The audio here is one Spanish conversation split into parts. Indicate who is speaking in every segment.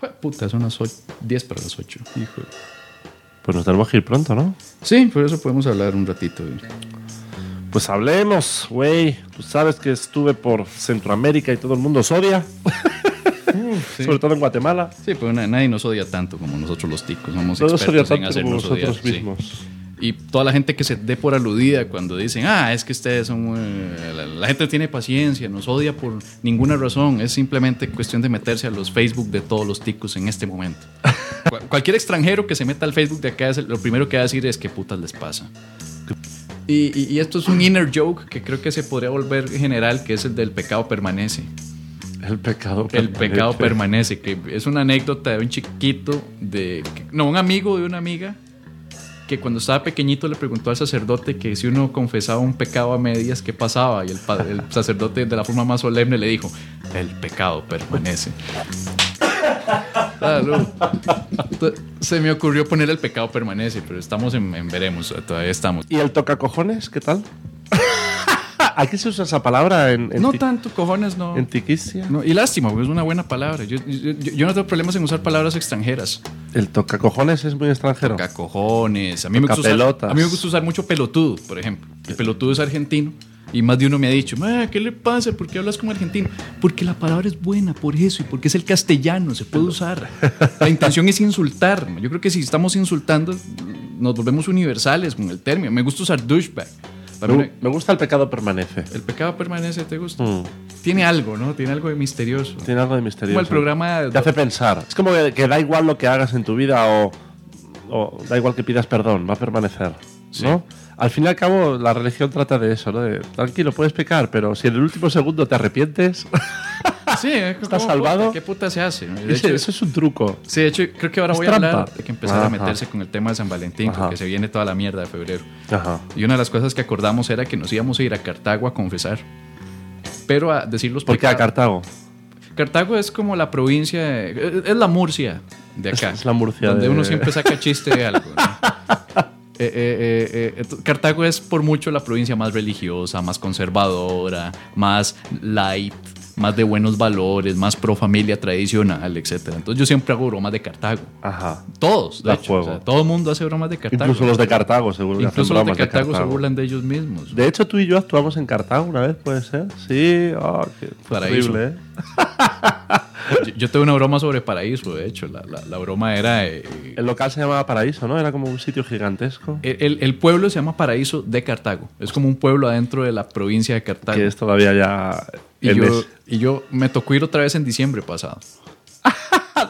Speaker 1: Jue- Puta, son las 10 para las 8. Hijo.
Speaker 2: Pues nos tenemos que ir pronto, ¿no?
Speaker 1: Sí, por eso podemos hablar un ratito. güey.
Speaker 2: Pues hablemos, güey. Tú sabes que estuve por Centroamérica y todo el mundo os odia,
Speaker 1: Sí.
Speaker 2: sobre todo en Guatemala.
Speaker 1: Sí, pero na- nadie nos odia tanto como nosotros los ticos. Somos
Speaker 2: No nos
Speaker 1: expertos
Speaker 2: odia
Speaker 1: en
Speaker 2: tanto como
Speaker 1: hacernos odiar.
Speaker 2: nosotros
Speaker 1: sí.
Speaker 2: mismos.
Speaker 1: Y toda la gente que se dé por aludida cuando dicen, ah, es que ustedes son... muy- La, la gente tiene paciencia, nos odia por ninguna razón. Es simplemente cuestión de meterse a los Facebook de todos los ticos en este momento. Cu- cualquier extranjero que se meta al Facebook de acá, es el- lo primero que va a decir es qué putas les pasa. Y, y- y esto es un inner joke que creo que se podría volver general, que es el del pecado permanece.
Speaker 2: El pecado
Speaker 1: El
Speaker 2: permanente.
Speaker 1: pecado permanece, que es una anécdota de un chiquito, de, que- no, un amigo de una amiga, que cuando estaba pequeñito le preguntó al sacerdote que si uno confesaba un pecado a medias, ¿qué pasaba? Y el, pa- el sacerdote de la forma más solemne le dijo, el pecado permanece. Salud. T- Se me ocurrió poner el pecado permanece, pero estamos en, en veremos, todavía estamos.
Speaker 2: ¿Y el tocacojones? ¿Qué tal? Aquí se usa esa palabra en, en,
Speaker 1: No
Speaker 2: Ti-
Speaker 1: tanto, cojones, no.
Speaker 2: en Tiquicia.
Speaker 1: No, y lástima, porque es una buena palabra. Yo- yo- yo- yo no tengo problemas en usar palabras extranjeras.
Speaker 2: El tocacojones es muy extranjero.
Speaker 1: Cacojones. A mí, me gusta usar,
Speaker 2: Tocapelotas.
Speaker 1: a mí me gusta usar mucho pelotudo, por ejemplo. El pelotudo es argentino. Y más de uno me ha dicho, "Ma, ¿qué le pasa? ¿Por qué hablas como argentino? Porque la palabra es buena, por eso, y porque es el castellano, se puede usar. La intención es insultar. Yo creo que si estamos insultando, nos volvemos universales con el término. Me gusta usar douchebag.
Speaker 2: Me,
Speaker 1: Para mí,
Speaker 2: gu- me gusta el pecado permanece.
Speaker 1: el pecado permanece, ¿te gusta?
Speaker 2: Mm.
Speaker 1: Tiene algo, ¿no? Tiene algo de misterioso.
Speaker 2: Tiene algo de misterio.
Speaker 1: Como el programa
Speaker 2: Te hace pensar. Es como que, que da igual lo que hagas en tu vida o, o da igual que pidas perdón, va a permanecer. ¿no? Al fin y al cabo, la religión trata de eso, ¿no? De, tranquilo, puedes pecar, pero si en el último segundo te arrepientes,
Speaker 1: Sí, es como, puta,
Speaker 2: salvado?
Speaker 1: ¿Qué puta se hace? De
Speaker 2: ese-
Speaker 1: hecho,
Speaker 2: eso es un truco.
Speaker 1: Sí, de hecho, creo que ahora
Speaker 2: Es
Speaker 1: voy
Speaker 2: trampa.
Speaker 1: a hablar de que empezar a
Speaker 2: Ajá.
Speaker 1: meterse con el tema de San Valentín,
Speaker 2: Ajá.
Speaker 1: porque se viene toda la mierda de febrero.
Speaker 2: Ajá.
Speaker 1: Y una de las cosas que acordamos era que nos íbamos a ir a Cartago a confesar. Pero a decir los
Speaker 2: ¿Por qué a
Speaker 1: pecados-
Speaker 2: Cartago?
Speaker 1: Cartago es como la provincia, de- es la Murcia de acá.
Speaker 2: Es la Murcia
Speaker 1: Donde
Speaker 2: de-
Speaker 1: uno siempre saca chiste de algo. ¿no? Eh, eh, eh, eh, ent- Cartago es por mucho la provincia más religiosa, más conservadora, más light, más de buenos valores, más pro familia tradicional, etcétera. Entonces yo siempre hago bromas de Cartago.
Speaker 2: Ajá.
Speaker 1: Todos, de
Speaker 2: Da
Speaker 1: hecho.
Speaker 2: juego.
Speaker 1: O sea, todo el mundo hace bromas de Cartago.
Speaker 2: Incluso los de Cartago, seguro. que hacen
Speaker 1: Incluso los de
Speaker 2: bromas
Speaker 1: Cartago, se burlan de ellos mismos.
Speaker 2: De hecho, tú y yo actuamos en Cartago una vez, ¿puede ser? Sí, oh, qué
Speaker 1: Paraíso.
Speaker 2: horrible, ¿eh?
Speaker 1: Yo, yo tengo una broma sobre Paraíso, de hecho. La, la- la broma era... eh,
Speaker 2: El local se llamaba Paraíso, ¿no? Era como un sitio gigantesco.
Speaker 1: el, el pueblo se llama Paraíso de Cartago. Es como un pueblo adentro de la provincia de Cartago.
Speaker 2: que es todavía ya...
Speaker 1: y,
Speaker 2: en
Speaker 1: yo,
Speaker 2: ese-
Speaker 1: y yo me tocó ir otra vez en diciembre pasado.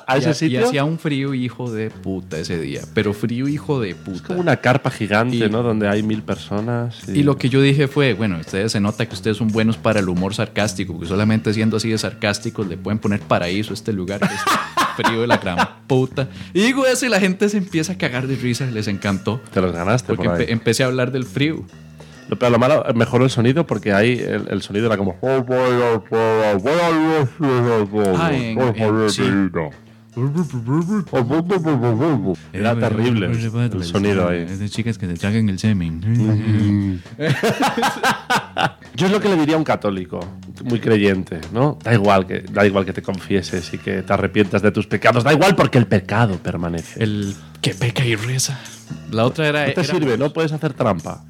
Speaker 2: ¿A
Speaker 1: y,
Speaker 2: ese
Speaker 1: ha-
Speaker 2: sitio?
Speaker 1: y hacía un frío hijo de puta ese día. Pero frío hijo de puta.
Speaker 2: Es como una carpa gigante,
Speaker 1: Y-
Speaker 2: ¿no? Donde hay mil personas.
Speaker 1: Y lo que yo dije fue, bueno, ustedes se nota que ustedes son buenos para el humor sarcástico, porque solamente siendo así de sarcásticos le pueden poner paraíso a este lugar que es frío de la gran puta. Y digo eso y la gente se empieza a cagar de risa, les encantó.
Speaker 2: Te los ganaste
Speaker 1: Porque
Speaker 2: por ahí.
Speaker 1: empe- empecé a hablar del frío.
Speaker 2: Lo, pero lo malo, mejoró el sonido porque ahí el, el sonido era como... "Oh,
Speaker 1: Ah, en- en- sí.
Speaker 2: Era terrible el sonido ahí.
Speaker 1: Es de chicas que se tragan el semen.
Speaker 2: Yo es lo que le diría a un católico, muy creyente, ¿no? Da igual que, da igual que te confieses y que te arrepientas de tus pecados. Da igual porque el pecado permanece.
Speaker 1: El que peca y reza. La otra era...
Speaker 2: No te
Speaker 1: era-
Speaker 2: sirve, no puedes hacer trampa.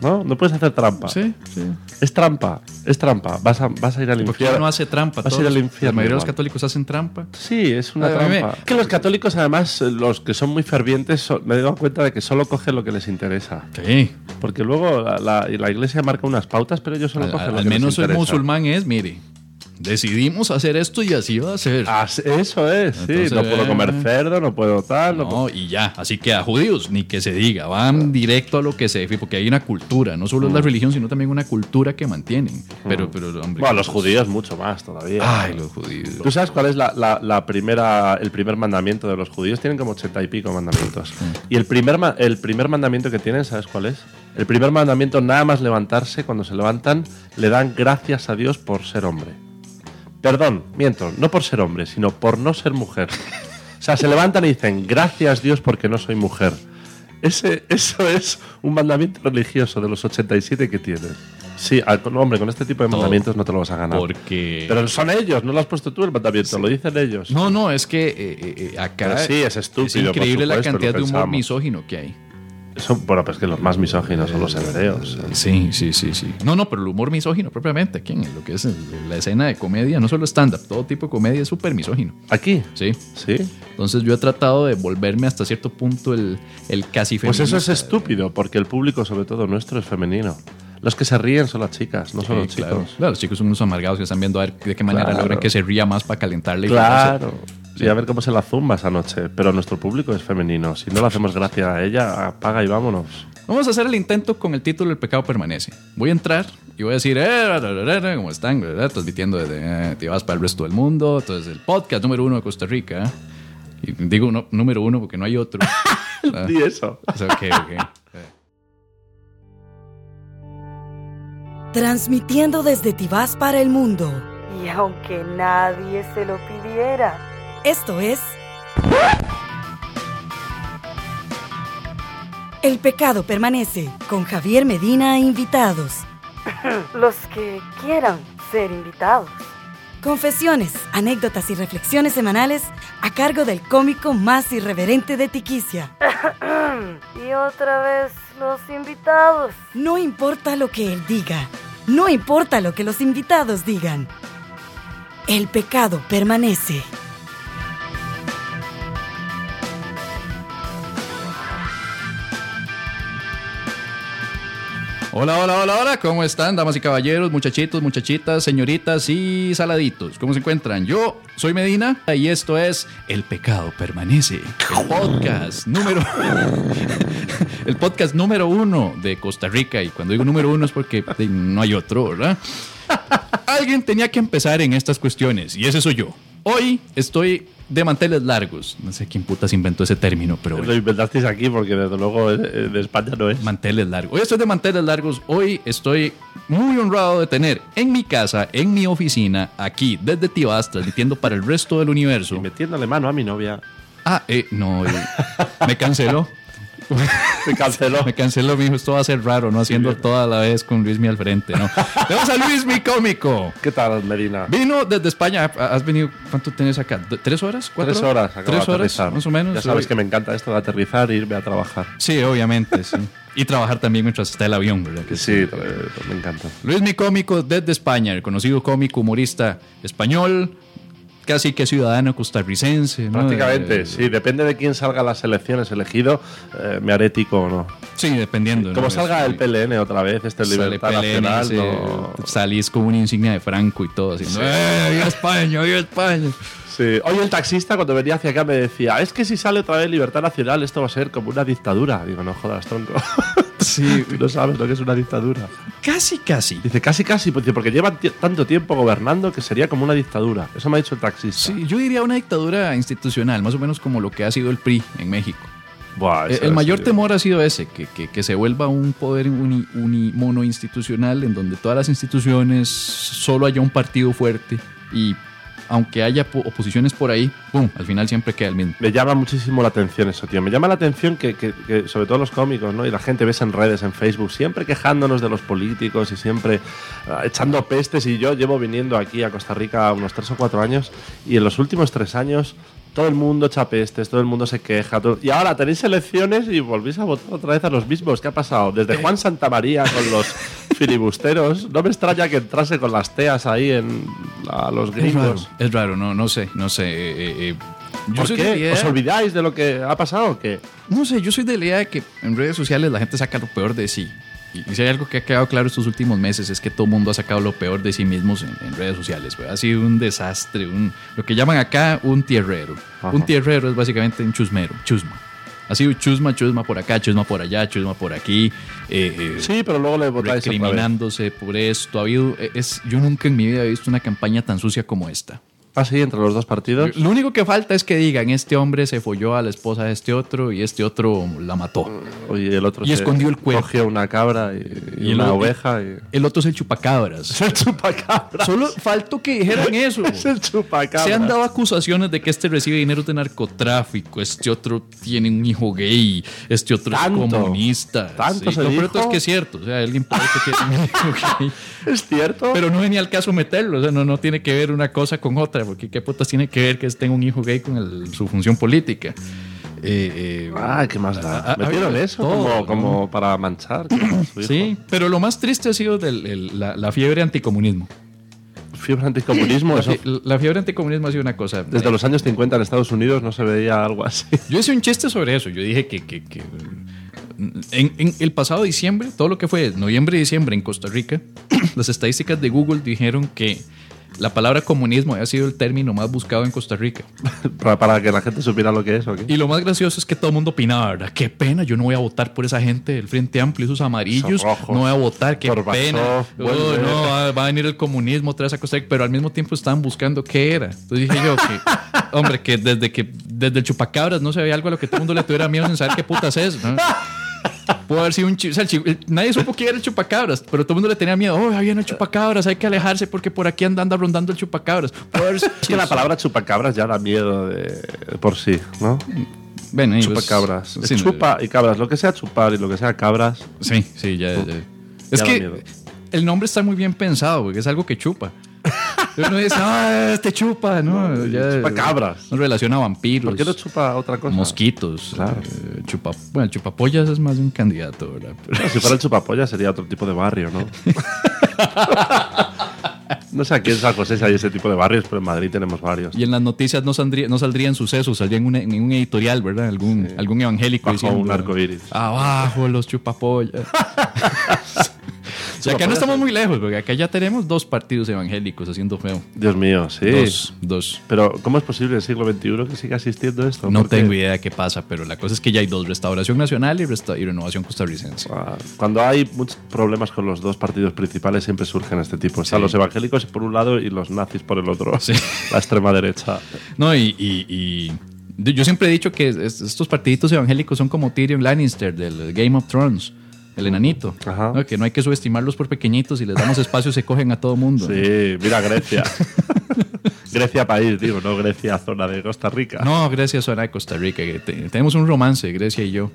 Speaker 2: ¿No? No puedes hacer trampa.
Speaker 1: Sí, sí.
Speaker 2: Es trampa, es trampa. Vas a, vas a ir al
Speaker 1: Porque
Speaker 2: infierno.
Speaker 1: uno hace trampa.
Speaker 2: Vas a
Speaker 1: todos.
Speaker 2: ir al
Speaker 1: La
Speaker 2: infierno
Speaker 1: mayoría de los
Speaker 2: igual.
Speaker 1: católicos hacen trampa.
Speaker 2: Sí, es una
Speaker 1: A ver, a mí me-
Speaker 2: trampa. Que los católicos, además, eh, los que son muy fervientes, son- me he dado cuenta de que solo cogen lo que les interesa.
Speaker 1: Sí.
Speaker 2: Porque luego la, la- y la iglesia marca unas pautas, pero ellos solo
Speaker 1: Al,
Speaker 2: cogen
Speaker 1: al-
Speaker 2: lo
Speaker 1: al
Speaker 2: que
Speaker 1: menos
Speaker 2: les
Speaker 1: el
Speaker 2: interesa.
Speaker 1: musulmán es, mire, decidimos hacer esto y así va a ser.
Speaker 2: Ah, sí, eso es, sí.
Speaker 1: Entonces,
Speaker 2: no puedo
Speaker 1: eh,
Speaker 2: comer cerdo, no puedo tal. No, puedo-
Speaker 1: no, y ya, así que a judíos, ni que se diga, van directo a lo que se porque hay una cultura, no solo es
Speaker 2: Mm.
Speaker 1: la religión, sino también una cultura que mantienen. Pero, pero, hombre. pues-
Speaker 2: Bueno, los judíos mucho más todavía.
Speaker 1: Ay, los judíos.
Speaker 2: ¿Tú sabes cuál es la, la- la primera, el primer mandamiento de los judíos? Tienen como ochenta y pico mandamientos. Y el primer, ma- el primer mandamiento que tienen, ¿sabes cuál es? El primer mandamiento, nada más levantarse, cuando se levantan, le dan gracias a Dios por ser hombre. Perdón, miento, no por ser hombre, sino por no ser mujer. O sea, se levantan y dicen, gracias Dios porque no soy mujer. Ese, eso es un mandamiento religioso de los 87 que tienen. Sí, al- no, hombre, con este tipo de mandamientos no te lo vas a ganar.
Speaker 1: Porque.
Speaker 2: Pero son ellos, no lo has puesto tú el mandamiento, lo dicen ellos.
Speaker 1: no, no, es que eh, eh, eh, acá.
Speaker 2: Pero sí, es estúpido,
Speaker 1: Es increíble
Speaker 2: por
Speaker 1: la
Speaker 2: supuesto,
Speaker 1: cantidad
Speaker 2: lo
Speaker 1: de humor
Speaker 2: pensamos.
Speaker 1: misógino que hay.
Speaker 2: Son, bueno, pues que los más misóginos son los hebreos.
Speaker 1: Sí, sí, sí, sí. No, no, pero el humor misógino propiamente, aquí en lo que es el- la escena de comedia, no solo stand-up, todo tipo de comedia es súper misógino.
Speaker 2: ¿Aquí?
Speaker 1: Sí.
Speaker 2: Sí.
Speaker 1: Entonces yo he tratado de volverme hasta cierto punto el, el casi
Speaker 2: Pues
Speaker 1: feminista.
Speaker 2: eso es estúpido, porque el público, sobre todo nuestro, es femenino. Los que se ríen son las chicas, no
Speaker 1: Sí,
Speaker 2: son los
Speaker 1: claro.
Speaker 2: chicos.
Speaker 1: Claro, los chicos son unos amargados que están viendo a ver de qué manera
Speaker 2: Claro.
Speaker 1: logran que se ría más para calentarle. y
Speaker 2: Claro. Y a ver cómo se la zumba esa noche. Pero nuestro público es femenino. Si no le hacemos gracia a ella, apaga y vámonos.
Speaker 1: Vamos a hacer el intento con el título El pecado permanece. Voy a entrar y voy a decir, eh, ra, ra, ra, ra, ¿cómo están? ¿verdad? Transmitiendo desde, eh, te vas para el resto del mundo. Entonces, el podcast número uno de Costa Rica. Y digo no- número uno porque no hay otro. Ah,
Speaker 2: Y eso.
Speaker 1: o sea, ok, ok.
Speaker 3: Transmitiendo desde Tibás para el mundo.
Speaker 4: Y aunque nadie se lo pidiera,
Speaker 3: Esto es. El pecado permanece con Javier Medina e invitados.
Speaker 4: los que quieran ser invitados.
Speaker 3: Confesiones, anécdotas y reflexiones semanales a cargo del cómico más irreverente de Tiquicia.
Speaker 4: y otra vez los invitados.
Speaker 3: No importa lo que él diga, no importa lo que los invitados digan. El pecado permanece.
Speaker 1: Hola, hola, hola, hola. ¿Cómo están, damas y caballeros, muchachitos, muchachitas, señoritas y saladitos? ¿Cómo se encuentran? Yo soy Medina y esto es El Pecado Permanece, el podcast número. el podcast número uno de Costa Rica. Y cuando digo número uno es porque eh, no hay otro, ¿verdad? Alguien tenía que empezar en estas cuestiones y ese soy yo. Hoy estoy de manteles largos. No sé quién putas inventó ese término, pero bueno.
Speaker 2: Lo inventasteis aquí porque desde luego eh, de España no es.
Speaker 1: Manteles largos. Hoy estoy de manteles largos. Hoy estoy muy honrado de tener en mi casa, en mi oficina, aquí, desde Tibás, transmitiendo para el resto del universo.
Speaker 2: Y metiéndole mano a mi novia.
Speaker 1: Ah, eh, no, eh, me canceló.
Speaker 2: Se canceló.
Speaker 1: Me canceló, mi hijo. Esto va a ser raro, no haciendo toda la vez con Luismi al frente, ¿no? Tenemos a Luismi cómico.
Speaker 2: ¿Qué tal, Medina?
Speaker 1: Vino desde España. ¿Has venido? ¿Cuánto tenés acá? ¿Tres horas? ¿Cuatro
Speaker 2: Tres horas. acabo
Speaker 1: ¿Tres
Speaker 2: de
Speaker 1: horas?
Speaker 2: aterrizar.
Speaker 1: Más o menos.
Speaker 2: Ya sabes
Speaker 1: Hoy-
Speaker 2: que me encanta esto de aterrizar e irme a trabajar.
Speaker 1: Sí, obviamente, sí. Y trabajar también mientras está el avión, ¿verdad? Que
Speaker 2: Sí, eh, me encanta.
Speaker 1: Luis Mi Cómico desde España, el conocido cómico humorista español, casi que ciudadano costarricense. ¿no?
Speaker 2: Prácticamente,
Speaker 1: Eh,
Speaker 2: sí. Depende de quién salga a las elecciones elegido, eh, me haré ético o no.
Speaker 1: Sí, dependiendo. ¿no?
Speaker 2: Como salga
Speaker 1: Sí.
Speaker 2: el PLN otra vez, este
Speaker 1: Sale
Speaker 2: Libertad
Speaker 1: PLN,
Speaker 2: Nacional,
Speaker 1: sí,
Speaker 2: no...
Speaker 1: salís con una insignia de Franco y todo, haciendo ¡Eh, viva España, viva España!
Speaker 2: Sí. Hoy el taxista cuando venía hacia acá me decía, es que si sale otra vez Libertad Nacional esto va a ser como una dictadura. Digo, no jodas, tronco.
Speaker 1: Sí,
Speaker 2: Tú no sabes lo que es una dictadura.
Speaker 1: casi, casi.
Speaker 2: Dice, casi casi, pues, dice, porque llevan ti- tanto tiempo gobernando que sería como una dictadura. Eso me ha dicho el taxista.
Speaker 1: Sí, yo diría una dictadura institucional, más o menos como lo que ha sido el PRI en México.
Speaker 2: Buah,
Speaker 1: Eh,
Speaker 2: eso
Speaker 1: el
Speaker 2: es,
Speaker 1: mayor
Speaker 2: tío.
Speaker 1: temor ha sido ese, que, que- que se vuelva un poder uni, uni- monoinstitucional en donde todas las instituciones solo haya un partido fuerte y aunque haya po- oposiciones por ahí, ¡pum! al final siempre queda el mismo.
Speaker 2: Me llama muchísimo la atención eso, tío. Me llama la atención que, que- que sobre todo los cómicos, ¿no? Y la gente ves en redes, en Facebook, siempre quejándonos de los políticos y siempre ah, echando pestes. Y yo llevo viniendo aquí a Costa Rica unos tres o cuatro años y en los últimos tres años todo el mundo echa pestes, todo el mundo se queja. todo- Y ahora tenéis elecciones y volvéis a votar otra vez a los mismos. ¿Qué ha pasado? Desde Juan Santamaría con los filibusteros. No me extraña que entrase con las teas ahí en a los
Speaker 1: Es raro,
Speaker 2: gringos.
Speaker 1: es raro, no, no sé, no sé. eh, eh, eh. Yo
Speaker 2: ¿Por
Speaker 1: soy
Speaker 2: qué?
Speaker 1: de la idea-
Speaker 2: ¿Os olvidáis de lo que ha pasado o qué?
Speaker 1: No sé, yo soy de la idea de que en redes sociales la gente saca lo peor de sí. Y y si hay algo que ha quedado claro estos últimos meses es que todo el mundo ha sacado lo peor de sí mismos en, en redes sociales. güey. Ha sido un desastre, un, lo que llaman acá un tierrero.
Speaker 2: Ajá.
Speaker 1: Un tierrero es básicamente un chusmero, chusma. Ha sido chusma, chusma por acá, chusma por allá, chusma por aquí. eh, eh,
Speaker 2: Sí, pero luego le votáis otra vez.
Speaker 1: e, recriminándose por esto. Ha habido, es, yo nunca en mi vida he visto una campaña tan sucia como esta.
Speaker 2: pase Ah, entre los dos partidos.
Speaker 1: Lo único que falta es que digan, este hombre se folló a la esposa de este otro y este otro la mató.
Speaker 2: Y el otro
Speaker 1: Y escondió el cuerpo.
Speaker 2: Cogió una cabra y, y
Speaker 1: Y
Speaker 2: una
Speaker 1: lo-
Speaker 2: oveja. Y...
Speaker 1: El otro es el chupacabras.
Speaker 2: Es el chupacabra.
Speaker 1: Solo faltó que dijeran eso.
Speaker 2: Es el chupacabra.
Speaker 1: Se han dado acusaciones de que este recibe dinero de narcotráfico, este otro tiene un hijo gay, este otro
Speaker 2: Tanto.
Speaker 1: es comunista.
Speaker 2: Tanto se
Speaker 1: lo peor de todo
Speaker 2: dijo.
Speaker 1: es que es cierto, o sea, alguien puede que tiene un hijo gay,
Speaker 2: Es cierto.
Speaker 1: pero no venía al caso meterlo, o sea, no, no tiene que ver una cosa con otra, porque qué putas tiene que ver que tenga un hijo gay con el- su función política. Eh, eh,
Speaker 2: Ah, ¿qué más
Speaker 1: Ah,
Speaker 2: da?
Speaker 1: ah,
Speaker 2: Metieron
Speaker 1: ah,
Speaker 2: eso
Speaker 1: todo,
Speaker 2: como,
Speaker 1: ¿no?
Speaker 2: como para manchar. a su hijo.
Speaker 1: Sí, pero lo más triste ha sido del- el- la, la fiebre anticomunismo.
Speaker 2: Fiebre anticomunismo.
Speaker 1: La,
Speaker 2: Eso,
Speaker 1: fie- la fiebre anticomunismo ha sido una cosa.
Speaker 2: desde los años 50 en Estados Unidos no se veía algo así.
Speaker 1: Yo hice un chiste sobre eso. Yo dije que, que- que, eh, en, en el pasado diciembre, todo lo que fue noviembre y diciembre en Costa Rica, las estadísticas de Google dijeron que la palabra comunismo había sido el término más buscado en Costa Rica.
Speaker 2: para, para que la gente supiera lo que es. ¿o qué?
Speaker 1: Y lo más gracioso es que todo el mundo opinaba, ¿verdad? Qué pena, yo no voy a votar por esa gente del Frente Amplio, esos amarillos.
Speaker 2: Esos rojos.
Speaker 1: no voy a votar, qué
Speaker 2: Gorbachev,
Speaker 1: pena. Oh,
Speaker 2: vuelve.
Speaker 1: no, va, va a venir el comunismo otra vez a Costa Rica. Pero al mismo tiempo estaban buscando qué era. Entonces dije yo que, hombre, que desde que desde el chupacabras no se veía algo a lo que todo el mundo le tuviera miedo sin saber qué putas es, ¿no? Pudo haber sido un chi- o sea, el chi- el- nadie supo que era el chupacabras, pero todo el mundo le tenía miedo. Oh, había el chupacabras, hay que alejarse porque por aquí anda, anda rondando el chupacabras. Pudo haber sido-
Speaker 2: Es que la palabra chupacabras ya da miedo de, por sí, ¿no?
Speaker 1: Ven, ahí, pues,
Speaker 2: Chupacabras. Es
Speaker 1: sí, no,
Speaker 2: chupa y cabras. Lo que sea chupar y lo que sea cabras.
Speaker 1: Sí, sí, ya. ya. Es
Speaker 2: da
Speaker 1: que
Speaker 2: miedo.
Speaker 1: el nombre está muy bien pensado, porque es algo que chupa. Uno dice, ah, este chupa, ¿no? ya-
Speaker 2: chupa cabras.
Speaker 1: No relaciona a vampiros,
Speaker 2: ¿Por qué no chupa otra cosa?
Speaker 1: mosquitos,
Speaker 2: Claro.
Speaker 1: eh, chupa, bueno, el chupapollas es más de un candidato, ¿verdad? Pero-
Speaker 2: Si fuera el chupapolla sería otro tipo de barrio, ¿no? no sé aquí en San José si hay ese tipo de barrios, pero en Madrid tenemos varios.
Speaker 1: y en las noticias no, saldría, no saldrían sucesos, saldría en, una- en un editorial, ¿verdad? Algún, algún evangélico
Speaker 2: Bajo
Speaker 1: diciendo,
Speaker 2: un arcoíris.
Speaker 1: Abajo los chupapollas. O sea, acá no estamos muy lejos, porque acá ya tenemos dos partidos evangélicos haciendo feo.
Speaker 2: Dios mío, sí.
Speaker 1: Dos, dos.
Speaker 2: Pero, ¿cómo es posible en el siglo XXI que siga asistiendo esto?
Speaker 1: No
Speaker 2: Porque,
Speaker 1: tengo idea de qué pasa, pero la cosa es que ya hay dos, Restauración Nacional y, Resta- y Renovación Costarricense.
Speaker 2: ah, Cuando hay muchos problemas con los dos partidos principales, siempre surgen este tipo. Están
Speaker 1: Sí.
Speaker 2: los evangélicos por un lado y los nazis por el otro.
Speaker 1: Sí.
Speaker 2: La extrema derecha.
Speaker 1: No, y, y- y- de- yo siempre he dicho que es- estos partiditos evangélicos son como Tyrion Lannister del Game of Thrones, el enanito,
Speaker 2: Ajá.
Speaker 1: ¿no? que no hay que subestimarlos por pequeñitos y les damos espacio se cogen a todo mundo.
Speaker 2: Sí, mira Grecia. Grecia país, digo, no Grecia zona de Costa Rica.
Speaker 1: No, Grecia suena de Costa Rica. que te- tenemos un romance, Grecia y yo.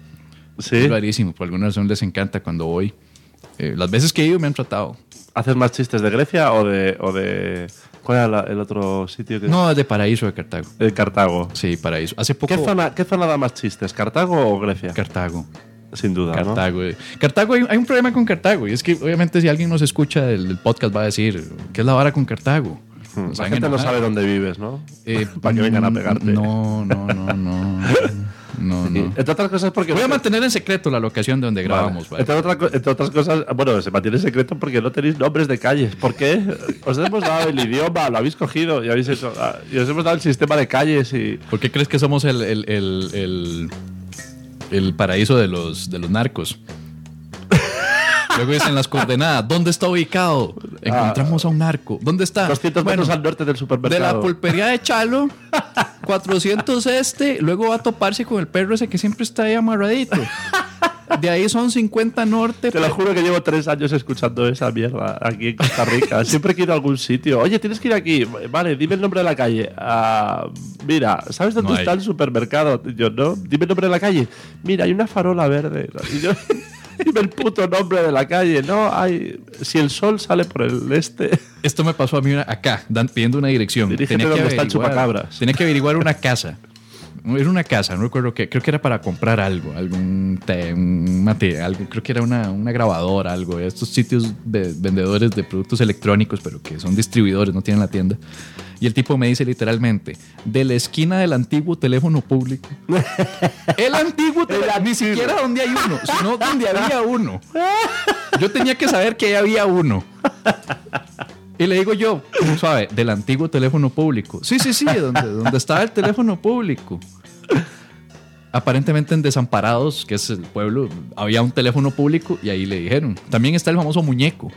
Speaker 2: Sí.
Speaker 1: Es rarísimo, por alguna razón les encanta cuando voy. Eh, las veces que he ido me han tratado.
Speaker 2: ¿Haces más chistes de Grecia o de. O de ¿Cuál era la- el otro sitio que.?
Speaker 1: No, es de Paraíso de Cartago.
Speaker 2: El Cartago.
Speaker 1: Sí, Paraíso. Hace poco...
Speaker 2: ¿Qué zona, ¿Qué zona da más chistes, Cartago o Grecia?
Speaker 1: Cartago.
Speaker 2: Sin duda. ¿no?
Speaker 1: Cartago. eh. Cartago, hay, hay un problema con Cartago. Y es que, obviamente, si alguien nos escucha del, del podcast, va a decir: ¿Qué es la vara con Cartago? Nos
Speaker 2: Hmm. La
Speaker 1: van a
Speaker 2: gente no
Speaker 1: enojar.
Speaker 2: sabe dónde vives, ¿no?
Speaker 1: Eh,
Speaker 2: Para que vengan a pegarte.
Speaker 1: No, no, no, no. No,
Speaker 2: Y,
Speaker 1: no.
Speaker 2: Entre otras cosas porque.
Speaker 1: Mm. Voy a mantener en secreto la locación de donde
Speaker 2: Vale.
Speaker 1: grabamos. ¿vale?
Speaker 2: Entre, otra co- entre otras cosas, bueno, se mantiene secreto porque no tenéis nombres de calles. ¿Por qué? Os hemos dado el idioma, lo habéis cogido y, habéis hecho, ah, y os hemos dado el sistema de calles y.
Speaker 1: ¿Por qué crees que somos el, el, el, el- el paraíso de los, de los narcos? Luego dicen las coordenadas. ¿Dónde está ubicado?
Speaker 2: Ah.
Speaker 1: Encontramos a un narco. ¿Dónde está?
Speaker 2: 200
Speaker 1: Bueno,
Speaker 2: metros al norte del
Speaker 1: De la
Speaker 2: supermercado.
Speaker 1: pulpería de Chalo, 400 este, luego va a toparse con el perro ese que siempre está ahí amarradito. De ahí son 50 norte.
Speaker 2: Te lo
Speaker 1: pe-
Speaker 2: juro que llevo tres años escuchando esa mierda aquí en Costa Rica. Siempre que ir a algún sitio. Oye, tienes que ir aquí. Vale, dime el nombre de la calle. Ah, mira, ¿sabes dónde
Speaker 1: No hay.
Speaker 2: está el supermercado? Yo no. Dime el nombre de la calle. Mira, hay una farola verde. Y yo, dime el puto nombre de la calle. No, hay. Si el sol sale por el este.
Speaker 1: Esto me pasó a mí una- acá, dan- pidiendo una dirección.
Speaker 2: Dirígete
Speaker 1: Tenía que,
Speaker 2: donde está el
Speaker 1: averiguar,
Speaker 2: chupacabras.
Speaker 1: tenía que averiguar una casa. Era una casa, no recuerdo qué. Creo que era para comprar algo, algún té, un mate, algo. Creo que era una, una grabadora, algo. Estos sitios de vendedores de productos electrónicos, pero que son distribuidores, no tienen la tienda. Y el tipo me dice literalmente, de la esquina del antiguo teléfono público. El antiguo teléfono, ni siquiera donde hay uno, sino donde había uno. Yo tenía que saber que había uno. Y le digo yo, suave, del antiguo teléfono público. Sí, sí, sí, donde, donde estaba el teléfono público. Aparentemente en Desamparados, que es el pueblo, había un teléfono público y ahí le dijeron. También está el famoso muñeco.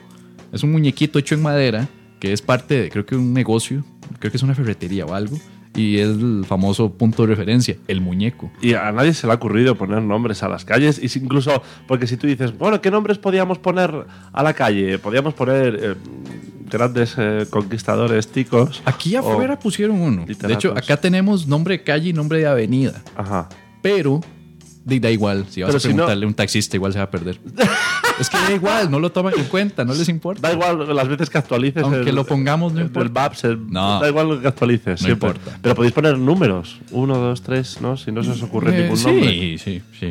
Speaker 1: Es un muñequito hecho en madera que es parte de, creo que, un negocio creo que es una ferretería o algo, y es el famoso punto de referencia, el muñeco.
Speaker 2: Y a nadie se le ha ocurrido poner nombres a las calles, y si- incluso porque si tú dices, bueno, ¿qué nombres podíamos poner a la calle? Podíamos poner eh, grandes eh, conquistadores ticos.
Speaker 1: Aquí
Speaker 2: o-
Speaker 1: afuera pusieron uno. De
Speaker 2: Oh, literatos.
Speaker 1: hecho, acá tenemos nombre de calle y nombre de avenida,
Speaker 2: Ajá.
Speaker 1: pero de- da igual, si vas
Speaker 2: Pero
Speaker 1: a
Speaker 2: si no-
Speaker 1: preguntarle a un taxista igual se va a perder. es que da igual, no lo toman en cuenta, no les importa.
Speaker 2: Da igual las veces que actualices.
Speaker 1: Aunque lo pongamos, no
Speaker 2: el-
Speaker 1: importa.
Speaker 2: El VAPS, el-
Speaker 1: No.
Speaker 2: Da igual lo que actualices.
Speaker 1: No
Speaker 2: siempre.
Speaker 1: importa.
Speaker 2: Pero podéis poner números. Uno, dos, tres, ¿no? Si no se os ocurre
Speaker 1: Eh,
Speaker 2: ningún
Speaker 1: sí,
Speaker 2: nombre.
Speaker 1: sí, sí.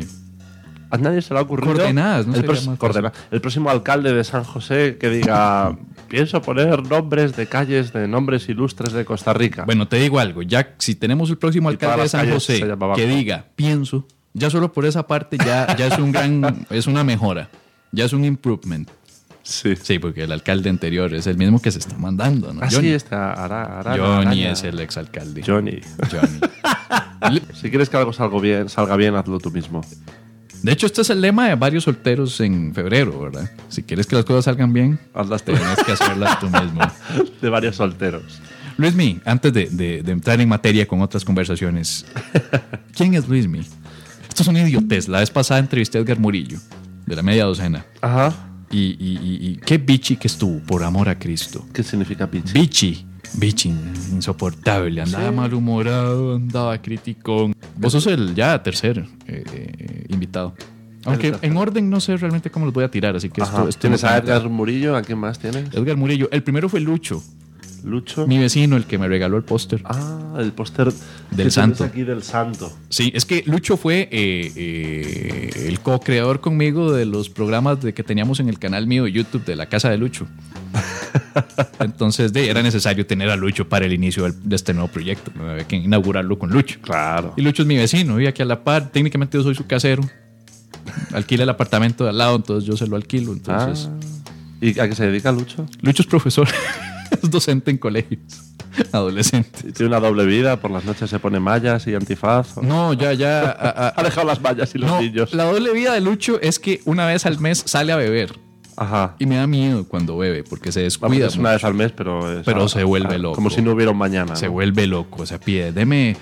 Speaker 2: A nadie se le ha ocurrido.
Speaker 1: Coordenadas, ¿no?
Speaker 2: El,
Speaker 1: Sería
Speaker 2: pros-
Speaker 1: más
Speaker 2: coordena- el próximo alcalde de San José que diga: Pienso poner nombres de calles, de nombres ilustres de Costa Rica.
Speaker 1: Bueno, te digo algo, ya si tenemos el próximo
Speaker 2: Ah. Y todas
Speaker 1: alcalde de
Speaker 2: las
Speaker 1: San
Speaker 2: calles
Speaker 1: José
Speaker 2: se llamaban
Speaker 1: que
Speaker 2: Juan.
Speaker 1: diga, pienso, ya solo por esa parte ya, ya es un gran, es una mejora, ya es un improvement.
Speaker 2: sí.
Speaker 1: Sí, porque el alcalde anterior es el mismo que se está mandando, ¿no?
Speaker 2: Así
Speaker 1: Johnny,
Speaker 2: está. Ara, Arana,
Speaker 1: Johnny
Speaker 2: Arana.
Speaker 1: es el exalcalde.
Speaker 2: Johnny.
Speaker 1: Johnny.
Speaker 2: Si quieres que algo salga bien, salga bien, hazlo tú mismo.
Speaker 1: De hecho, este es el lema de varios solteros en febrero, ¿verdad? Si quieres que las cosas salgan bien,
Speaker 2: Hazlas tú.
Speaker 1: tienes que hacerlas tú mismo.
Speaker 2: de varios solteros.
Speaker 1: Luismi, antes de, de- de entrar en materia con otras conversaciones, ¿quién es Luismi? Esto es una idiotez. La vez pasada entrevisté a Edgar Murillo, de la media docena.
Speaker 2: Ajá.
Speaker 1: Y, y- y- y qué bichi que estuvo, por amor a Cristo.
Speaker 2: ¿Qué significa pichi?
Speaker 1: Bichi, bichi, insoportable. Andaba malhumorado, andaba criticón. Vos sos el ya tercer eh, eh, invitado. Aunque en orden no sé realmente cómo los voy a tirar, así que
Speaker 2: Ajá.
Speaker 1: esto, esto
Speaker 2: tienes
Speaker 1: no
Speaker 2: a
Speaker 1: cuenta.
Speaker 2: Edgar Murillo, ¿a quién más tienes?
Speaker 1: Edgar Murillo. El primero fue Lucho,
Speaker 2: Lucho.
Speaker 1: mi vecino, el que me regaló el póster.
Speaker 2: Ah, el póster que
Speaker 1: Del
Speaker 2: tienes
Speaker 1: santo.
Speaker 2: aquí del santo.
Speaker 1: Sí, es que Lucho fue eh, eh, el co-creador conmigo de los programas de que teníamos en el canal mío de YouTube de la casa de Lucho. Entonces de, era necesario tener a Lucho para el inicio del- de este nuevo proyecto. ¿no? Había que inaugurarlo con Lucho.
Speaker 2: Claro.
Speaker 1: Y Lucho es mi vecino, vive aquí a la par. Técnicamente yo soy su casero. Alquila el apartamento de al lado, entonces yo se lo alquilo.
Speaker 2: Ah.
Speaker 1: Entonces,
Speaker 2: ¿Y a qué se dedica Lucho?
Speaker 1: Lucho es profesor, es docente en colegios, adolescente.
Speaker 2: Tiene una doble vida, por las noches se pone mallas y antifaz. ¿o?
Speaker 1: No, ya, ya. a- a-
Speaker 2: Ha dejado las mallas y los
Speaker 1: Mm. No,
Speaker 2: niños.
Speaker 1: la doble vida de Lucho es que una vez al mes sale a beber.
Speaker 2: Ajá.
Speaker 1: Y me da miedo cuando bebe, porque se
Speaker 2: Vamos,
Speaker 1: descuida.
Speaker 2: es una
Speaker 1: mucho.
Speaker 2: vez al mes, pero... es-
Speaker 1: Pero se vuelve loco.
Speaker 2: Como si no hubiera un mañana.
Speaker 1: Se
Speaker 2: ¿no?
Speaker 1: vuelve loco, se pide, deme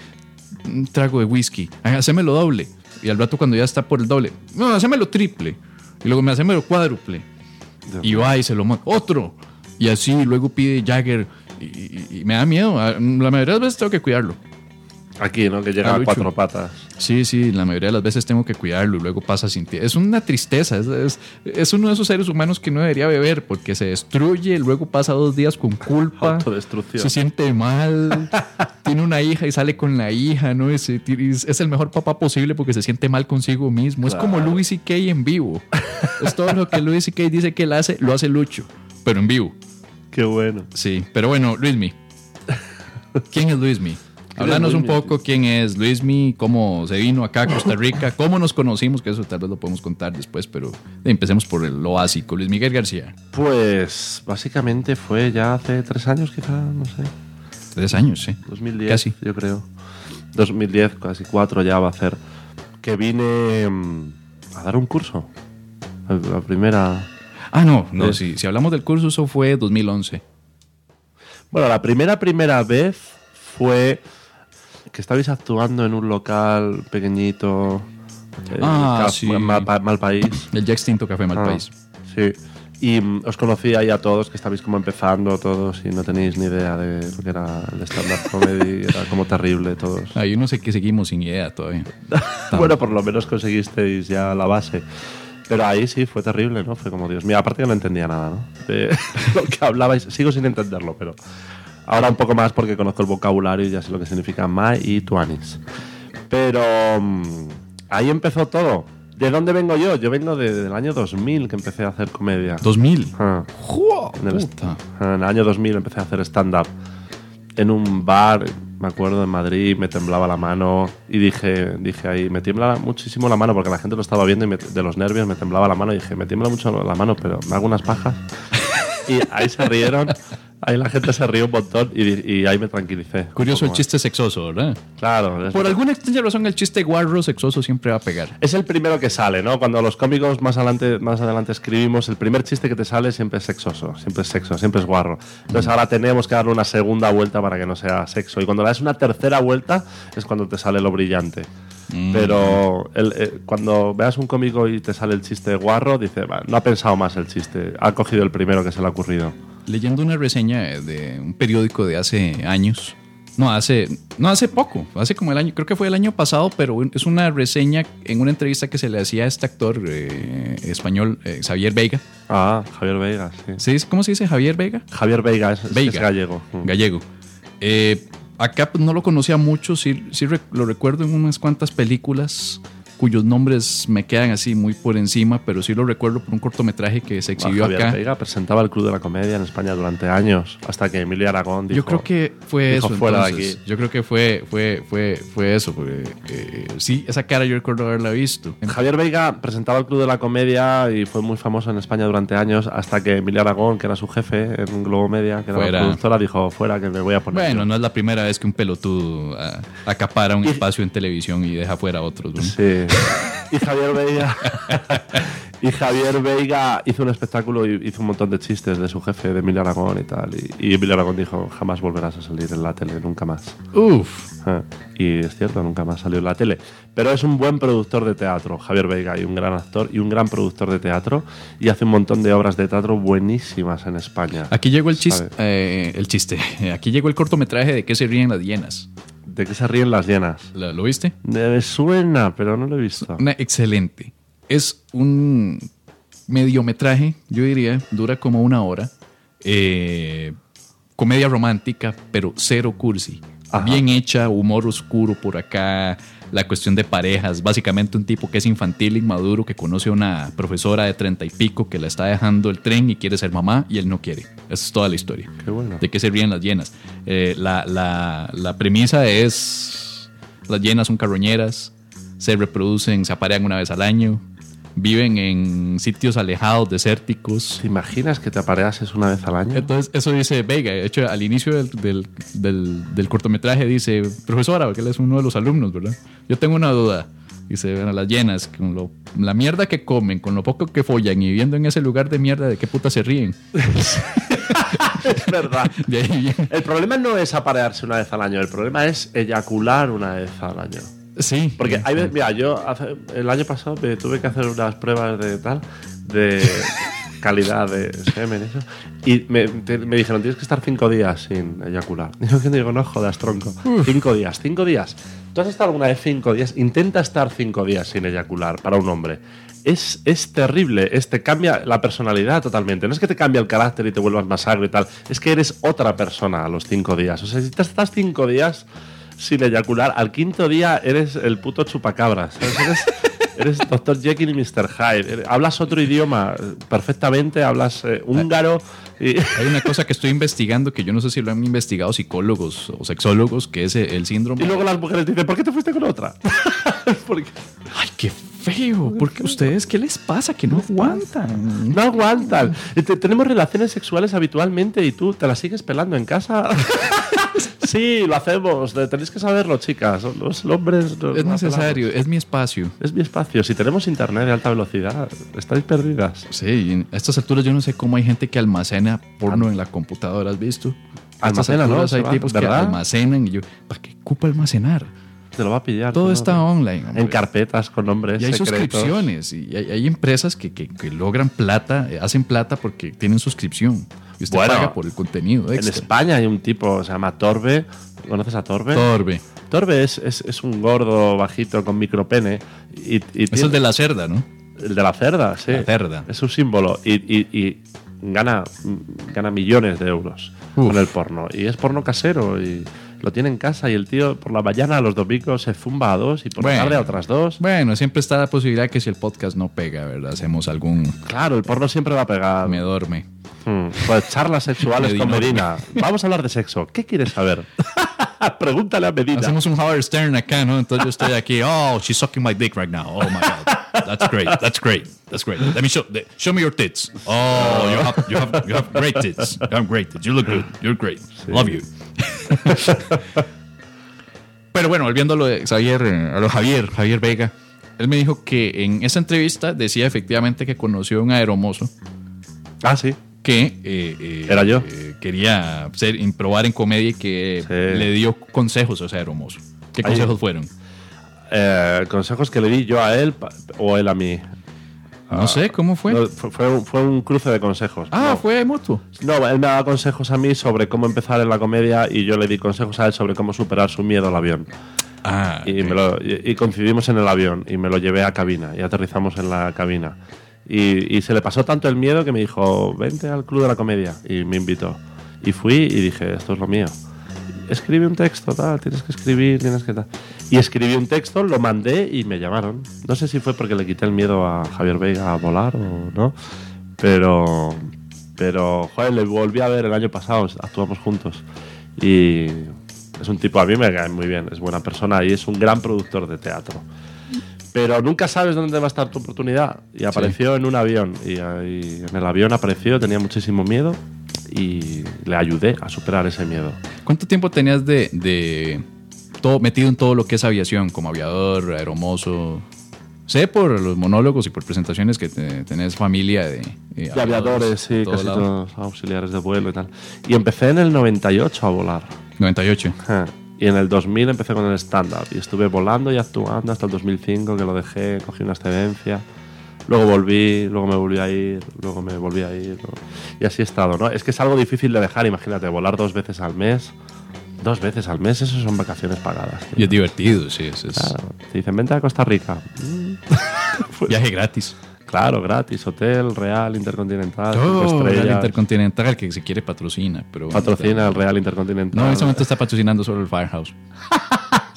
Speaker 1: un trago de whisky, Ah, hacémelo doble. Y al rato cuando ya está por el doble, no, hacémelo triple. Y luego me hacémelo cuádruple.
Speaker 2: Dios
Speaker 1: Y va y se lo monta. Otro. Y así, luego pide Jagger. Y, y- y me da miedo. Ah, La mayoría de las veces tengo que cuidarlo.
Speaker 2: Aquí, ¿no? Que llega
Speaker 1: A
Speaker 2: a,
Speaker 1: Lucho.
Speaker 2: cuatro patas.
Speaker 1: Sí, sí, la mayoría de las veces tengo que cuidarlo y luego pasa sin ti. Es una tristeza, es, es- es uno de esos seres humanos que no debería beber porque se destruye, luego pasa dos días con culpa,
Speaker 2: Autodestrucción.
Speaker 1: se siente mal, tiene una hija y sale con la hija, ¿no? Es, es el mejor papá posible porque se siente mal consigo mismo. Es como Louis C.K. en vivo. Es todo lo que Louis C.K. dice que él hace, lo hace Lucho, pero en vivo.
Speaker 2: Qué bueno.
Speaker 1: Sí, pero bueno, Luismi. ¿Quién es Luismi? Háblanos un
Speaker 2: Luismi?
Speaker 1: poco quién es Luismi, cómo se vino acá a Costa Rica, cómo nos conocimos, que eso tal vez lo podemos contar después, pero empecemos por el- lo básico. Luis Miguel García,
Speaker 2: Pues básicamente fue ya hace tres años quizá, no sé.
Speaker 1: tres años, ¿eh? sí.
Speaker 2: 2010,
Speaker 1: Casi.
Speaker 2: yo creo. 2010, casi cuatro ya va a hacer. Que vine mm, a dar un curso. La la primera...
Speaker 1: Ah, no, no, si, si hablamos del curso, eso fue 2011.
Speaker 2: Bueno, la primera, primera vez fue que estabais actuando en un local pequeñito. eh,
Speaker 1: Ah,
Speaker 2: ca-
Speaker 1: sí.
Speaker 2: mal, pa- mal país.
Speaker 1: El ya extinto Café Mal
Speaker 2: Ah,
Speaker 1: País.
Speaker 2: Sí. Y mm, os conocí ahí a todos, que estabais como empezando todos y no tenéis ni idea de lo que era el stand-up comedy. Era como terrible todos.
Speaker 1: Ahí Ah, no sé qué seguimos sin idea todavía.
Speaker 2: bueno, por lo menos conseguisteis ya la base. Pero ahí sí fue terrible, ¿no? Fue como Dios mío. Aparte que no entendía nada, ¿no? De lo que hablabais. Sigo sin entenderlo, pero ahora un poco más porque conozco el vocabulario y ya sé lo que significa my y tuanis. Pero mm, ahí empezó todo. ¿De dónde vengo yo? Yo vengo de- del año 2000 que empecé a hacer comedia.
Speaker 1: 2000.
Speaker 2: Ah.
Speaker 1: ¡Jua!
Speaker 2: En el,
Speaker 1: Puta.
Speaker 2: en el año 2000 empecé a hacer stand-up en un bar, me acuerdo, en Madrid, me temblaba la mano y dije, dije ahí, me tiembla muchísimo la mano porque la gente lo estaba viendo y me- de los nervios me temblaba la mano y dije, me tiembla mucho la mano, pero me hago unas pajas. Y ahí se rieron, Ahí la gente se rió un montón y, di- y ahí me tranquilicé.
Speaker 1: Curioso
Speaker 2: Un
Speaker 1: el
Speaker 2: poco
Speaker 1: chiste sexoso, ¿verdad?
Speaker 2: más. Claro. es-
Speaker 1: Por alguna extraña razón, el chiste guarro sexoso siempre va a pegar.
Speaker 2: Es el primero que sale, ¿no? Cuando los cómicos más adelante, más adelante escribimos, el primer chiste que te sale siempre es sexoso, siempre es sexo, siempre es guarro. Entonces ahora tenemos que darle una segunda vuelta para que no sea sexo. Y cuando le das una tercera vuelta es cuando te sale lo brillante.
Speaker 1: Mm.
Speaker 2: Pero el- eh, cuando veas un cómico y te sale el chiste guarro, dice, "Va, no ha pensado más el chiste, ha cogido el primero que se le ha ocurrido.
Speaker 1: Leyendo una reseña de un periódico de hace años. No, hace, no hace poco, hace como el año, creo que fue el año pasado, pero es una reseña en una entrevista que se le hacía a este actor eh, español, eh, Xavier Veiga.
Speaker 2: Ah, Javier Veiga, sí.
Speaker 1: ¿Sí? ¿Cómo se dice Javier Veiga?
Speaker 2: Javier Veiga es, es
Speaker 1: Veiga.
Speaker 2: gallego. Mm.
Speaker 1: Gallego. Eh, acá pues, no lo conocía mucho, sí, sí rec- lo recuerdo en unas cuantas películas cuyos nombres me quedan así muy por encima, pero sí lo recuerdo por un cortometraje que se
Speaker 2: Ah,
Speaker 1: exhibió
Speaker 2: Javier
Speaker 1: acá.
Speaker 2: Veiga presentaba el Club de la Comedia en España durante años, hasta que Emilio Aragón dijo...
Speaker 1: Yo creo que fue
Speaker 2: dijo,
Speaker 1: eso.
Speaker 2: "Fuera de
Speaker 1: entonces.
Speaker 2: aquí".
Speaker 1: Yo creo que fue, fue, fue, fue eso. porque, eh, sí, esa cara yo recuerdo haberla visto.
Speaker 2: Javier Veiga presentaba el Club de la Comedia y fue muy famoso en España durante años hasta que Emilio Aragón, que era su jefe en Globo Media, que era
Speaker 1: Fuera.
Speaker 2: la productora, dijo, fuera que me voy a poner.
Speaker 1: Bueno,
Speaker 2: yo".
Speaker 1: no es la primera vez que un pelotudo ah, acapara un espacio en televisión y deja fuera a otros. ¿no?
Speaker 2: Sí. Y Javier Veiga... y Javier Veiga hizo un espectáculo y hizo un montón de chistes de su jefe, de Emilio Aragón y tal. Y, y Emilio Aragón dijo, jamás volverás a salir en la tele, nunca más.
Speaker 1: Uf.
Speaker 2: Ah, Y es cierto, nunca más salió en la tele. Pero es un buen productor de teatro, Javier Veiga, y un gran actor y un gran productor de teatro. Y hace un montón de obras de teatro buenísimas en España.
Speaker 1: Aquí llegó el chiste,
Speaker 2: ¿Sabe?
Speaker 1: eh, el chiste. Aquí llegó el cortometraje de qué se ríen las hienas.
Speaker 2: ¿De qué se ríen las llenas?
Speaker 1: ¿La- ¿Lo viste?
Speaker 2: Me suena, pero no lo he visto.
Speaker 1: Una excelente. Es un mediometraje, yo diría, dura como una hora. Eh, comedia romántica, pero cero cursi.
Speaker 2: Ajá.
Speaker 1: Bien hecha, humor oscuro por acá, la cuestión de parejas. Básicamente un tipo que es infantil, inmaduro, que conoce a una profesora de treinta y pico que la está dejando el tren y quiere ser mamá y él no quiere. Esa es toda la historia.
Speaker 2: Qué bueno.
Speaker 1: de qué se ríen las llenas. la, la- la premisa es, las llenas son carroñeras, se reproducen, se aparean una vez al año, viven en sitios alejados, desérticos.
Speaker 2: ¿Te imaginas que te apareases una vez al año?
Speaker 1: Entonces, eso dice Vega. De hecho, al inicio del, del- del- del cortometraje dice, profesora, porque él es uno de los alumnos, ¿verdad? Yo tengo una duda. Dice, bueno, las llenas, con lo- la mierda que comen, con lo poco que follan y viviendo en ese lugar de mierda, ¿de qué puta se ríen?
Speaker 2: Es verdad.
Speaker 1: De ahí viene.
Speaker 2: El problema no es aparearse una vez al año, el problema es eyacular una vez al año.
Speaker 1: Sí.
Speaker 2: Porque hay veces, mira, yo hace- el año pasado me tuve que hacer unas pruebas de tal, de calidad de semen, eso. Y me, te- me dijeron, tienes que estar cinco días sin eyacular. Y yo digo, no jodas, tronco. Cinco días, cinco días. ¿Tú has estado alguna vez cinco días? Intenta estar cinco días sin eyacular para un hombre. Es, es terrible, es, te cambia la personalidad totalmente. No es que te cambie el carácter y te vuelvas más agrio y tal, es que eres otra persona a los cinco días. O sea, si te estás cinco días, sin eyacular. Al quinto día eres el puto chupacabras. ¿sabes? Eres, eres Dr. Jekyll y Mr. Hyde. Eres- Hablas otro idioma eh, perfectamente, hablas eh, húngaro. Y
Speaker 1: Hay una cosa que estoy investigando que yo no sé si lo han investigado psicólogos o sexólogos, que es el síndrome.
Speaker 2: y luego las mujeres dicen, ¿por qué te fuiste con otra? Porque
Speaker 1: ¡Ay, qué feo! Porque ustedes, ¿qué les pasa? Que no aguantan.
Speaker 2: no aguantan. Y te- tenemos relaciones sexuales habitualmente y tú te las sigues pelando en casa. sí, lo hacemos. Eh, Tenéis que saberlo, chicas. Los hombres... nos-
Speaker 1: Es
Speaker 2: nos
Speaker 1: necesario,
Speaker 2: pelamos.
Speaker 1: es mi espacio.
Speaker 2: Es mi espacio. Si tenemos internet de alta velocidad, estáis perdidas.
Speaker 1: Sí, y a estas alturas yo no sé cómo hay gente que almacena porno en la computadora, ¿has visto? A estas
Speaker 2: Almacena, ¿no?
Speaker 1: alturas
Speaker 2: Se
Speaker 1: Hay
Speaker 2: va,
Speaker 1: tipos que
Speaker 2: ¿verdad?
Speaker 1: almacenan y yo, ¿para qué ocupa almacenar?
Speaker 2: Te lo va a pillar.
Speaker 1: Todo
Speaker 2: ¿no?
Speaker 1: está online. hombre.
Speaker 2: En carpetas con nombres.
Speaker 1: Y hay
Speaker 2: secretos.
Speaker 1: suscripciones, y hay, hay empresas que, que- que logran plata, eh, hacen plata porque tienen suscripción. Y usted
Speaker 2: Bueno,
Speaker 1: paga por el contenido
Speaker 2: En
Speaker 1: extra.
Speaker 2: España hay un tipo, se llama Torbe. ¿Conoces a Torbe?
Speaker 1: Torbe.
Speaker 2: Torbe es, es- es un gordo bajito con micropene. Y, y
Speaker 1: Es
Speaker 2: tiene-
Speaker 1: el de la cerda, ¿no?
Speaker 2: el de la cerda, sí.
Speaker 1: La cerda.
Speaker 2: Es un símbolo. Y, y- y gana, gana millones de euros
Speaker 1: Uf.
Speaker 2: con el porno. Y es porno casero. Y lo tiene en casa. Y el tío por la mañana a los domingos se fumba a dos y por
Speaker 1: Bueno.
Speaker 2: la tarde a otras dos.
Speaker 1: Bueno, siempre está la posibilidad que si el podcast no pega, ¿verdad? Hacemos algún...
Speaker 2: Claro, el porno siempre va a pegar.
Speaker 1: Me duerme.
Speaker 2: Mm, Hmm. Pues charlas sexuales con
Speaker 1: Medinor.
Speaker 2: Medina. Vamos a hablar de sexo. ¿Qué quieres saber? Pregúntale a Medina.
Speaker 1: Hacemos un Howard Stern acá, ¿no? Entonces yo estoy aquí, oh, she's sucking my dick right now. Oh my God. That's great. That's great. That's great. Let me show, the- show me your tits. Oh, you have, you have, you have great tits. You have great tits. You look good. You're great. Love you. Pero bueno, volviendo a lo de Xavier, eh, a lo Javier, Javier Vega. Él me dijo que en esa entrevista decía efectivamente que conoció a un aeromozo
Speaker 2: Ah, sí.
Speaker 1: que eh, eh,
Speaker 2: Era yo.
Speaker 1: eh, quería ser, en- probar en comedia y que
Speaker 2: Sí.
Speaker 1: le dio consejos a ese hermoso. ¿Qué
Speaker 2: Ahí.
Speaker 1: consejos fueron?
Speaker 2: Eh, consejos que le di yo a él pa- o él a mí.
Speaker 1: No sé, ¿cómo fue?
Speaker 2: Ah. No, fue, fue un, fue un cruce de consejos.
Speaker 1: Pues- ah,
Speaker 2: no,
Speaker 1: fue mutuo.
Speaker 2: No, él me daba consejos a mí sobre cómo empezar en la comedia y yo le di consejos a él sobre cómo superar su miedo al avión.
Speaker 1: Ah,
Speaker 2: Y, me lo- y- y coincidimos en el avión y me lo llevé a cabina y aterrizamos en la cabina. Y, y se le pasó tanto el miedo que me dijo, vente al Club de la Comedia. Y me invitó. Y fui y dije, esto es lo mío. Escribe un texto, tal, tienes que escribir, tienes que tal. Y escribí un texto, lo mandé y me llamaron. No sé si fue porque le quité el miedo a Javier Veiga a volar o no, pero, pero, joder, le volví a ver el año pasado, actuamos juntos. Y es un tipo, a mí me cae muy bien, es buena persona y es un gran productor de teatro. Pero nunca sabes dónde va a estar tu oportunidad. Y apareció en un avión. Y ahí en el avión apareció, tenía muchísimo miedo y le ayudé a superar ese miedo.
Speaker 1: ¿Cuánto tiempo tenías de, de todo metido en todo lo que es aviación, como aviador, aeromozo? Sé por los monólogos y por presentaciones que te- tenés familia de, eh,
Speaker 2: De aviadores, sí,
Speaker 1: todo
Speaker 2: casi
Speaker 1: lado.
Speaker 2: todos auxiliares de vuelo y tal. Y empecé en el 98 a volar.
Speaker 1: 98.
Speaker 2: Ja. Y en el 2000 empecé con el stand-up. Y estuve volando y actuando hasta el 2005, que lo dejé, cogí una excedencia. Luego volví, luego me volví a ir, luego me volví a ir. luego- Y así he estado, ¿no? Es que es algo difícil de dejar, imagínate, volar dos veces al mes. Dos veces al mes, eso son vacaciones pagadas. tío.
Speaker 1: Y es divertido, sí. es- es
Speaker 2: Claro. Te dicen, vente a Costa Rica. pues.
Speaker 1: Viaje gratis.
Speaker 2: Claro, gratis, hotel, real, intercontinental, Ah, cinco
Speaker 1: Oh, Real
Speaker 2: estrellas.
Speaker 1: Intercontinental, que si quiere patrocina. Pero bueno,
Speaker 2: Patrocina el Real Intercontinental.
Speaker 1: No, en este momento está patrocinando solo el Firehouse.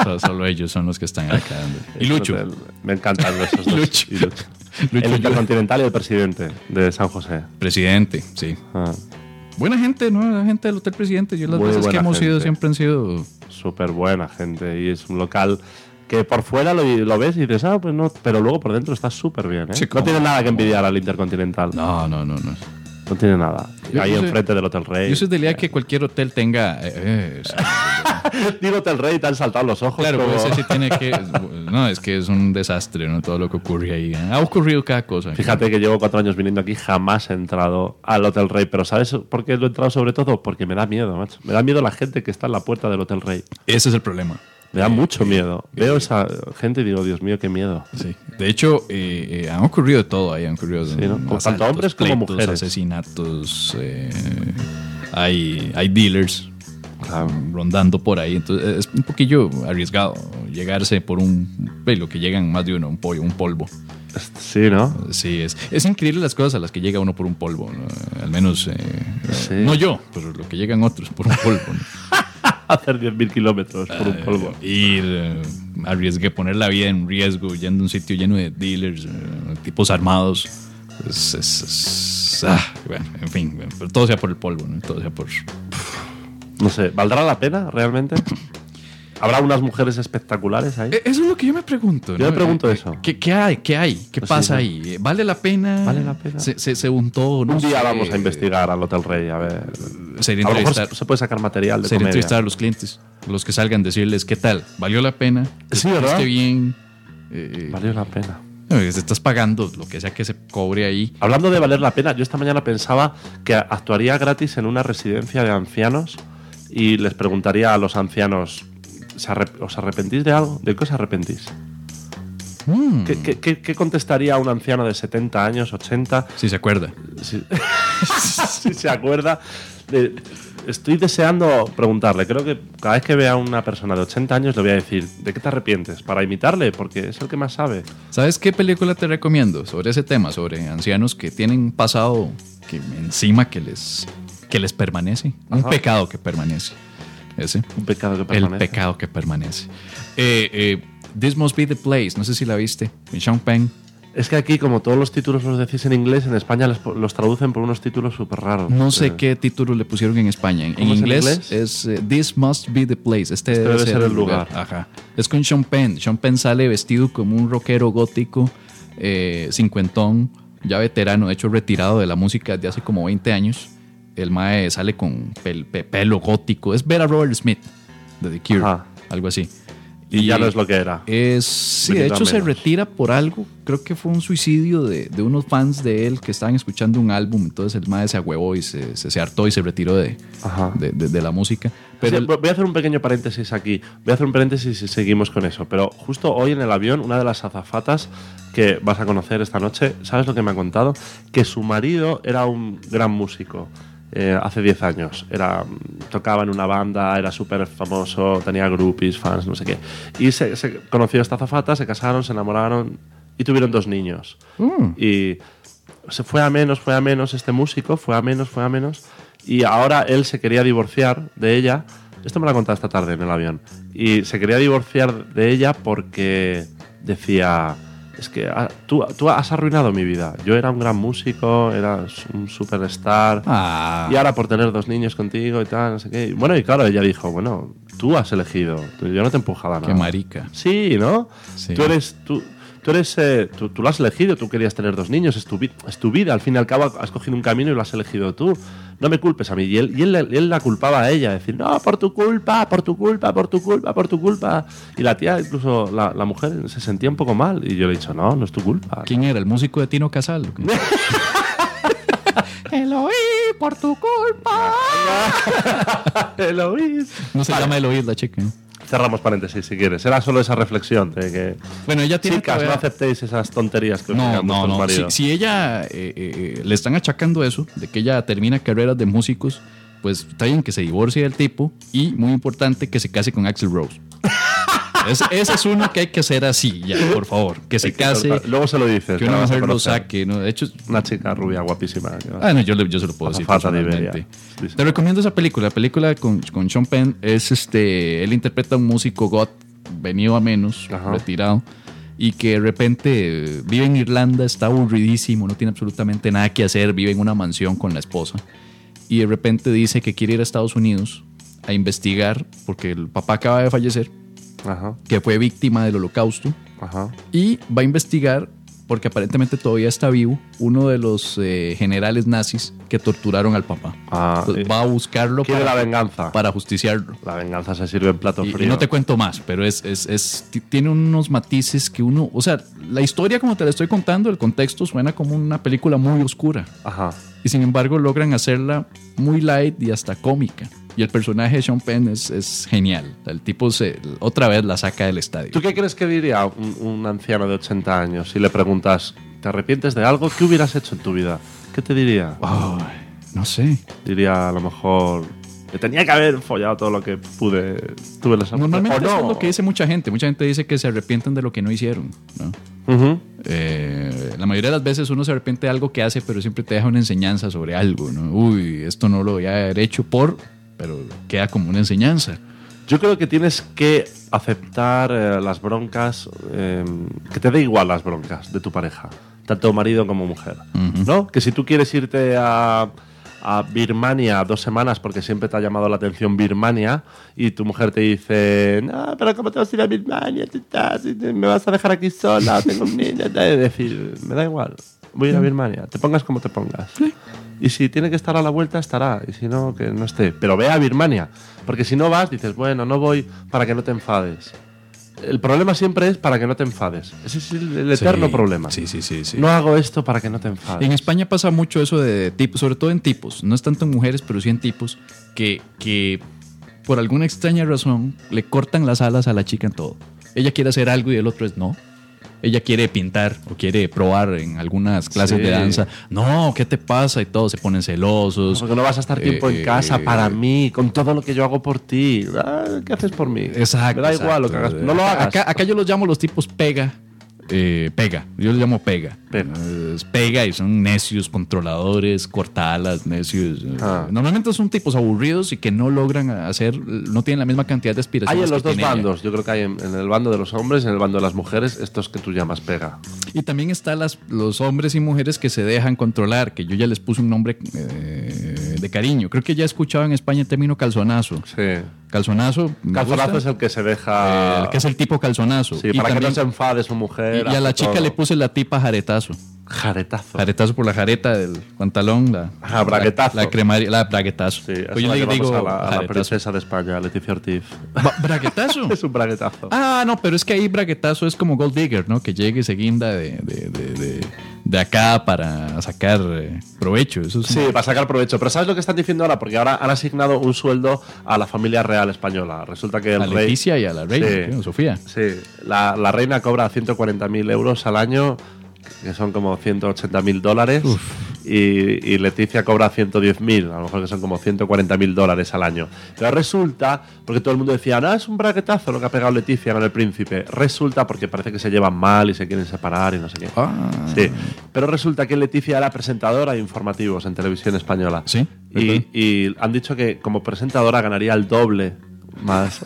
Speaker 1: solo, solo ellos son los que están acá. dando. Y
Speaker 2: Es
Speaker 1: Lucho.
Speaker 2: hotel. Me encantan esos dos.
Speaker 1: Lucho.
Speaker 2: Y Lucho.
Speaker 1: Lucho
Speaker 2: El
Speaker 1: Ayuda,
Speaker 2: Intercontinental y el presidente de San José.
Speaker 1: presidente, sí.
Speaker 2: Ah,
Speaker 1: Buena gente, ¿no? La gente del Hotel Presidente. Yo las
Speaker 2: Muy
Speaker 1: veces que
Speaker 2: buena
Speaker 1: hemos ido
Speaker 2: gente.
Speaker 1: siempre han sido...
Speaker 2: Súper buena gente. Y es un local que por fuera lo, lo ves y dices, ah, pues no. Pero luego por dentro está súper bien. ¿eh?
Speaker 1: Sí,
Speaker 2: no
Speaker 1: cómo
Speaker 2: tiene
Speaker 1: no,
Speaker 2: nada que
Speaker 1: cómo
Speaker 2: envidiar al Intercontinental. No,
Speaker 1: No, no, no, no.
Speaker 2: tiene nada.
Speaker 1: Yo-
Speaker 2: Ahí
Speaker 1: yo soy-
Speaker 2: enfrente del Hotel Rey.
Speaker 1: Yo soy de la idea que cualquier hotel tenga... eh, eh, sí.
Speaker 2: Digo Hotel Rey y te han saltado los ojos.
Speaker 1: claro,
Speaker 2: como-
Speaker 1: pues ese sí tiene que... No, es que es un desastre, ¿no? Todo lo que ocurre ahí. ¿eh? Ha ocurrido cada cosa.
Speaker 2: Fíjate que llevo cuatro años viniendo aquí, jamás he entrado al Hotel Rey. Pero ¿sabes por qué lo he entrado sobre todo? Porque me da miedo, macho. Me da miedo la gente que está en la puerta del Hotel Rey.
Speaker 1: Ese es el problema.
Speaker 2: Me da mucho miedo. Veo esa gente y digo, Dios mío, qué miedo.
Speaker 1: Sí. De hecho, eh, eh, han ocurrido de todo ahí. Han ocurrido
Speaker 2: ¿no? Con tanto
Speaker 1: asaltos,
Speaker 2: hombres como
Speaker 1: pleitos,
Speaker 2: mujeres.
Speaker 1: asesinatos. eh, hay, hay dealers
Speaker 2: Claro.
Speaker 1: rondando por ahí. Entonces, eh, es un poquillo arriesgado llegarse por un pelo que llegan más de uno, un pollo, un polvo.
Speaker 2: Sí, ¿no?
Speaker 1: Sí, es, es increíble las cosas a las que llega uno por un polvo. ¿no? Al menos, eh,
Speaker 2: Sí.
Speaker 1: no yo, pero lo que llegan otros por un polvo. ¿no?
Speaker 2: Hacer 10.000 kilómetros por un polvo.
Speaker 1: Eh, ir, eh, arriesgue, poner la vida en riesgo yendo a un sitio lleno de dealers, eh, tipos armados. Es- es- es- ah, bueno, en fin, bueno, pero todo sea por el polvo, ¿no? todo sea por...
Speaker 2: No sé, ¿valdrá la pena realmente? ¿Habrá unas mujeres espectaculares ahí?
Speaker 1: Eh, Eso es lo que yo me pregunto.
Speaker 2: Yo
Speaker 1: ¿no?
Speaker 2: me pregunto
Speaker 1: Eh,
Speaker 2: eso.
Speaker 1: ¿Qué, qué hay? ¿Qué hay? ¿Qué
Speaker 2: Pues sí,
Speaker 1: pasa
Speaker 2: ¿no?
Speaker 1: ahí? Eh, ¿Vale la pena?
Speaker 2: ¿Vale la pena?
Speaker 1: ¿Se, se, se untó? No
Speaker 2: un día
Speaker 1: sé.
Speaker 2: vamos a investigar al Hotel Rey, a ver.
Speaker 1: Sería
Speaker 2: A lo mejor
Speaker 1: entrevistar,
Speaker 2: se se puede sacar material de
Speaker 1: sería entrevistar
Speaker 2: comedia.
Speaker 1: a los clientes, los que salgan, decirles qué tal, ¿valió la pena? ¿Te
Speaker 2: Sí, ¿verdad?
Speaker 1: sentiste bien? Eh,
Speaker 2: Valió la pena.
Speaker 1: no, es- estás pagando lo que sea que se cobre ahí.
Speaker 2: Hablando de valer la pena, yo esta mañana pensaba que actuaría gratis en una residencia de ancianos y les preguntaría a los ancianos, ¿se arrep- ¿os arrepentís de algo? ¿De qué os arrepentís? ¿Qué, qué- qué- qué contestaría a un anciano de 70 años, 80,
Speaker 1: Si se acuerda.
Speaker 2: si, si se acuerda? de- estoy deseando preguntarle, creo que cada vez que vea a una persona de 80 años le voy a decir, ¿de qué te arrepientes? Para imitarle, porque es el que más sabe.
Speaker 1: ¿Sabes qué película te recomiendo sobre ese tema? Sobre ancianos que tienen un pasado que encima que les, que les permanece. Un
Speaker 2: Ajá.
Speaker 1: pecado que permanece. Ese.
Speaker 2: Un pecado que permanece.
Speaker 1: El pecado que permanece. Eh, eh, This Must Be the Place. No sé si la viste. Con Sean Penn.
Speaker 2: Es que aquí, como todos los títulos los decís en inglés, en España los, los traducen por unos títulos súper raros.
Speaker 1: No sé
Speaker 2: Eh,
Speaker 1: qué título le pusieron en España. En,
Speaker 2: ¿Cómo es en
Speaker 1: inglés,
Speaker 2: inglés?
Speaker 1: es eh, This Must Be the Place. Este, debe, ser, el lugar. Ajá. Es con Sean Penn. Sean Penn sale vestido como un rockero gótico, eh, cincuentón, ya veterano, de hecho retirado de la música desde hace como 20 años. El mae sale con pel- pe- pelo gótico. Es Vera Robert Smith de The Cure,
Speaker 2: Ajá.
Speaker 1: algo así.
Speaker 2: Y ya no es lo que era.
Speaker 1: Es, sí, de
Speaker 2: Venir a
Speaker 1: hecho se
Speaker 2: menos.
Speaker 1: retira por algo. Creo que fue un suicidio de, de unos fans de él que estaban escuchando un álbum. Entonces el madre se agüevó y se, se, se hartó y se retiró de,
Speaker 2: Ajá.
Speaker 1: de, de- de la música. Pero
Speaker 2: Sí,
Speaker 1: el-
Speaker 2: voy a hacer un pequeño paréntesis aquí. Voy a hacer un paréntesis y seguimos con eso. Pero justo hoy en el avión, una de las azafatas que vas a conocer esta noche, ¿sabes lo que me ha contado? Que su marido era un gran músico. eh, hace 10 años. Era, mm, tocaba en una banda, era súper famoso, tenía groupies, fans, no sé qué. Y se, se conoció esta azafata, se casaron, se enamoraron y tuvieron dos niños. Y se fue a menos, fue a menos este músico, fue a menos, fue a menos. Y ahora él se quería divorciar de ella. Esto me lo ha contado esta tarde en el avión. Y se quería divorciar de ella porque decía, es que ah, tú, tú has arruinado mi vida. Yo era un gran músico, era un superstar.
Speaker 1: Ah.
Speaker 2: Y ahora por tener dos niños contigo y tal, no sé qué. Y Bueno, y claro, ella dijo, bueno, tú has elegido, tú- yo no te empujaba nada.
Speaker 1: Qué marica.
Speaker 2: Sí, ¿no?
Speaker 1: Sí.
Speaker 2: Tú eres. Tú, tú eres eh, tú, tú lo has elegido, tú querías tener dos niños, es tu, vi- es tu vida. Al fin y al cabo has cogido un camino y lo has elegido tú. No me culpes a mí. Y él, y él, la- él la culpaba a ella, decir, no, por tu culpa, por tu culpa, por tu culpa, por tu culpa. Y la tía, incluso la, la mujer, se sentía un poco mal. Y yo le he dicho, no, no es tu culpa.
Speaker 1: ¿Quién era? ¿El músico de Tino Casal? Te lo oí por tu culpa.
Speaker 2: Eloís.
Speaker 1: No se llama Eloís la chica. ¿no?
Speaker 2: Cerramos paréntesis si quieres. Era solo esa reflexión de que.
Speaker 1: Bueno, ella tiene
Speaker 2: Chicas, no
Speaker 1: todavía-
Speaker 2: aceptéis esas tonterías que os
Speaker 1: No,
Speaker 2: digan
Speaker 1: no,
Speaker 2: vuestros
Speaker 1: no. Si,
Speaker 2: maridos.
Speaker 1: si ella eh, eh, eh, le están achacando eso, de que ella termina carreras de músicos, pues está bien que se divorcie del tipo y, muy importante, que se case con Axel Rose. Es- ese es uno que hay que hacer así, ya, por favor. Que se
Speaker 2: Hay que
Speaker 1: case,
Speaker 2: cortar. Luego se lo dices.
Speaker 1: que
Speaker 2: la
Speaker 1: una
Speaker 2: vas a
Speaker 1: mujer lo
Speaker 2: conocer.
Speaker 1: saque. ¿no? De hecho,
Speaker 2: Una chica rubia guapísima. que va-
Speaker 1: Ah, no, yo, le- yo se lo puedo decir.
Speaker 2: Azafata de Iberia.
Speaker 1: personalmente.
Speaker 2: Sí, sí.
Speaker 1: Te recomiendo esa película. La película con, con Sean Penn es este. Él interpreta a un músico got venido a menos,
Speaker 2: Ajá.
Speaker 1: retirado, y que de repente eh, vive en Irlanda, está aburridísimo, no tiene absolutamente nada que hacer, vive en una mansión con la esposa, y de repente dice que quiere ir a Estados Unidos a investigar, porque el papá acaba de fallecer,
Speaker 2: Ajá,
Speaker 1: que fue víctima del holocausto
Speaker 2: ajá.
Speaker 1: y va a investigar, porque aparentemente todavía está vivo, uno de los eh, generales nazis que torturaron al papá.
Speaker 2: Ah,
Speaker 1: Entonces,
Speaker 2: eh,
Speaker 1: pues va a buscarlo
Speaker 2: Quiere
Speaker 1: para,
Speaker 2: la venganza.
Speaker 1: para justiciarlo.
Speaker 2: La venganza se sirve en plato
Speaker 1: Y, y
Speaker 2: frío.
Speaker 1: no te cuento más, pero es, es- es- ti- tiene unos matices que uno, o sea, la historia como te la estoy contando, el contexto suena como una película muy oscura
Speaker 2: Ajá.
Speaker 1: y sin embargo logran hacerla muy light y hasta cómica. Y el personaje de Sean Penn es, es genial. El tipo se, otra vez la saca del estadio.
Speaker 2: ¿Tú qué crees que diría un, un anciano de 80 años si le preguntas, ¿te arrepientes de algo? ¿Qué hubieras hecho en tu vida? ¿Qué te diría?
Speaker 1: Ay, no sé.
Speaker 2: Diría a lo mejor, me tenía que haber follado todo lo que pude. Tuve la suerte".
Speaker 1: Normalmente
Speaker 2: ¿O no?
Speaker 1: eso es lo que dice mucha gente. Mucha gente dice que se arrepienten de lo que no hicieron. ¿no?
Speaker 2: Ujú.
Speaker 1: Eh, la mayoría de las veces uno se arrepiente de algo que hace, pero siempre te deja una enseñanza sobre algo. ¿no? Uy, esto no lo voy a haber hecho por, pero queda como una enseñanza.
Speaker 2: Yo creo que tienes que aceptar eh, las broncas, eh, que te dé igual las broncas de tu pareja, tanto marido como mujer. ¿No? Que si tú quieres irte a, a Birmania dos semanas porque siempre te ha llamado la atención Birmania y tu mujer te dice, no, pero ¿cómo te vas a ir a Birmania? Tú estás- Me vas a dejar aquí sola, tengo un niño. Es decir, me da igual, voy a ir a Birmania, te pongas como te pongas. Y si tiene que estar a la vuelta, estará. Y si no, que no esté. Pero ve a Birmania. Porque si no vas, dices, bueno, no voy para que no te enfades. El problema siempre es para que no te enfades. Ese es el, el eterno
Speaker 1: Sí,
Speaker 2: problema.
Speaker 1: Sí, sí, sí. sí.
Speaker 2: No hago esto para que no te
Speaker 1: En
Speaker 2: enfades.
Speaker 1: España pasa mucho eso de tipos, sobre todo en tipos, no es tanto en mujeres, pero sí en tipos, que, que por alguna extraña razón le cortan las alas a la chica en todo. Ella quiere hacer algo y el otro es no. Ella quiere pintar o quiere probar en algunas clases
Speaker 2: Sí.
Speaker 1: de danza. No, ¿qué te pasa? Y todos se ponen celosos.
Speaker 2: Porque no vas a estar tiempo
Speaker 1: Eh,
Speaker 2: en casa
Speaker 1: eh,
Speaker 2: para mí, con todo lo que yo hago por ti. Ah, ¿Qué haces por mí?
Speaker 1: Exacto.
Speaker 2: Me da
Speaker 1: exacto.
Speaker 2: igual lo que hagas. No lo hagas.
Speaker 1: Acá, acá yo los llamo los tipos pega. eh, pega. Yo le llamo pega.
Speaker 2: Pega.
Speaker 1: Es pega y son necios, controladores, cortalas, necios.
Speaker 2: Ah.
Speaker 1: Normalmente son tipos aburridos y que no logran hacer, no tienen la misma cantidad de aspiraciones.
Speaker 2: Hay en los
Speaker 1: que
Speaker 2: dos
Speaker 1: tiene ella.
Speaker 2: bandos. Yo creo que hay en, en el bando de los hombres y en el bando de las mujeres estos que tú llamas pega.
Speaker 1: Y también están las, los hombres y mujeres que se dejan controlar, que yo ya les puse un nombre eh, de cariño. Creo que ya he escuchado en España el término calzonazo.
Speaker 2: Sí.
Speaker 1: Calzonazo. me
Speaker 2: Calzonazo
Speaker 1: gusta,
Speaker 2: es el que se
Speaker 1: eh,
Speaker 2: deja.
Speaker 1: el que es el tipo calzonazo.
Speaker 2: Sí,
Speaker 1: Y
Speaker 2: para que
Speaker 1: también-
Speaker 2: no se enfade su mujer.
Speaker 1: y- y a la
Speaker 2: hace
Speaker 1: chica
Speaker 2: todo.
Speaker 1: le puse la tipa jaretazo.
Speaker 2: Jaretazo.
Speaker 1: Jaretazo por la jareta del pantalón, la,
Speaker 2: Ah, braguetazo.
Speaker 1: la, la cremaria, la braguetazo.
Speaker 2: Sí,
Speaker 1: Pues
Speaker 2: eso
Speaker 1: yo
Speaker 2: la
Speaker 1: le
Speaker 2: llevamos
Speaker 1: digo
Speaker 2: a la, a la
Speaker 1: jaretazo.
Speaker 2: princesa de España, Leticia Ortiz.
Speaker 1: Ba- ¿Braguetazo?
Speaker 2: es un braguetazo.
Speaker 1: ah, no, pero es que ahí braguetazo es como Gold Digger, ¿no? Que llega y se guinda de, de, de, de- de acá para sacar eh, provecho. Eso es
Speaker 2: Sí, para sacar provecho. Pero ¿sabes lo que están diciendo ahora? Porque ahora han asignado un sueldo a la familia real española. Resulta que el
Speaker 1: a
Speaker 2: rey.
Speaker 1: Leticia y a la reina,
Speaker 2: Sí.
Speaker 1: creo, Sofía.
Speaker 2: Sí, la, la reina cobra 140.000 euros al año, que son como 180.000 dólares. Y, y Leticia cobra 110.000, a lo mejor que son como 140.000 dólares al año. Pero resulta, porque todo el mundo decía, no, es un braquetazo lo que ha pegado Leticia con el príncipe. Resulta porque parece que se llevan mal y se quieren separar y no sé qué.
Speaker 1: Ah,
Speaker 2: Sí, pero resulta que Leticia era presentadora de informativos en televisión española.
Speaker 1: Sí,
Speaker 2: Y,
Speaker 1: ¿verdad?
Speaker 2: y han dicho que como presentadora ganaría el doble más.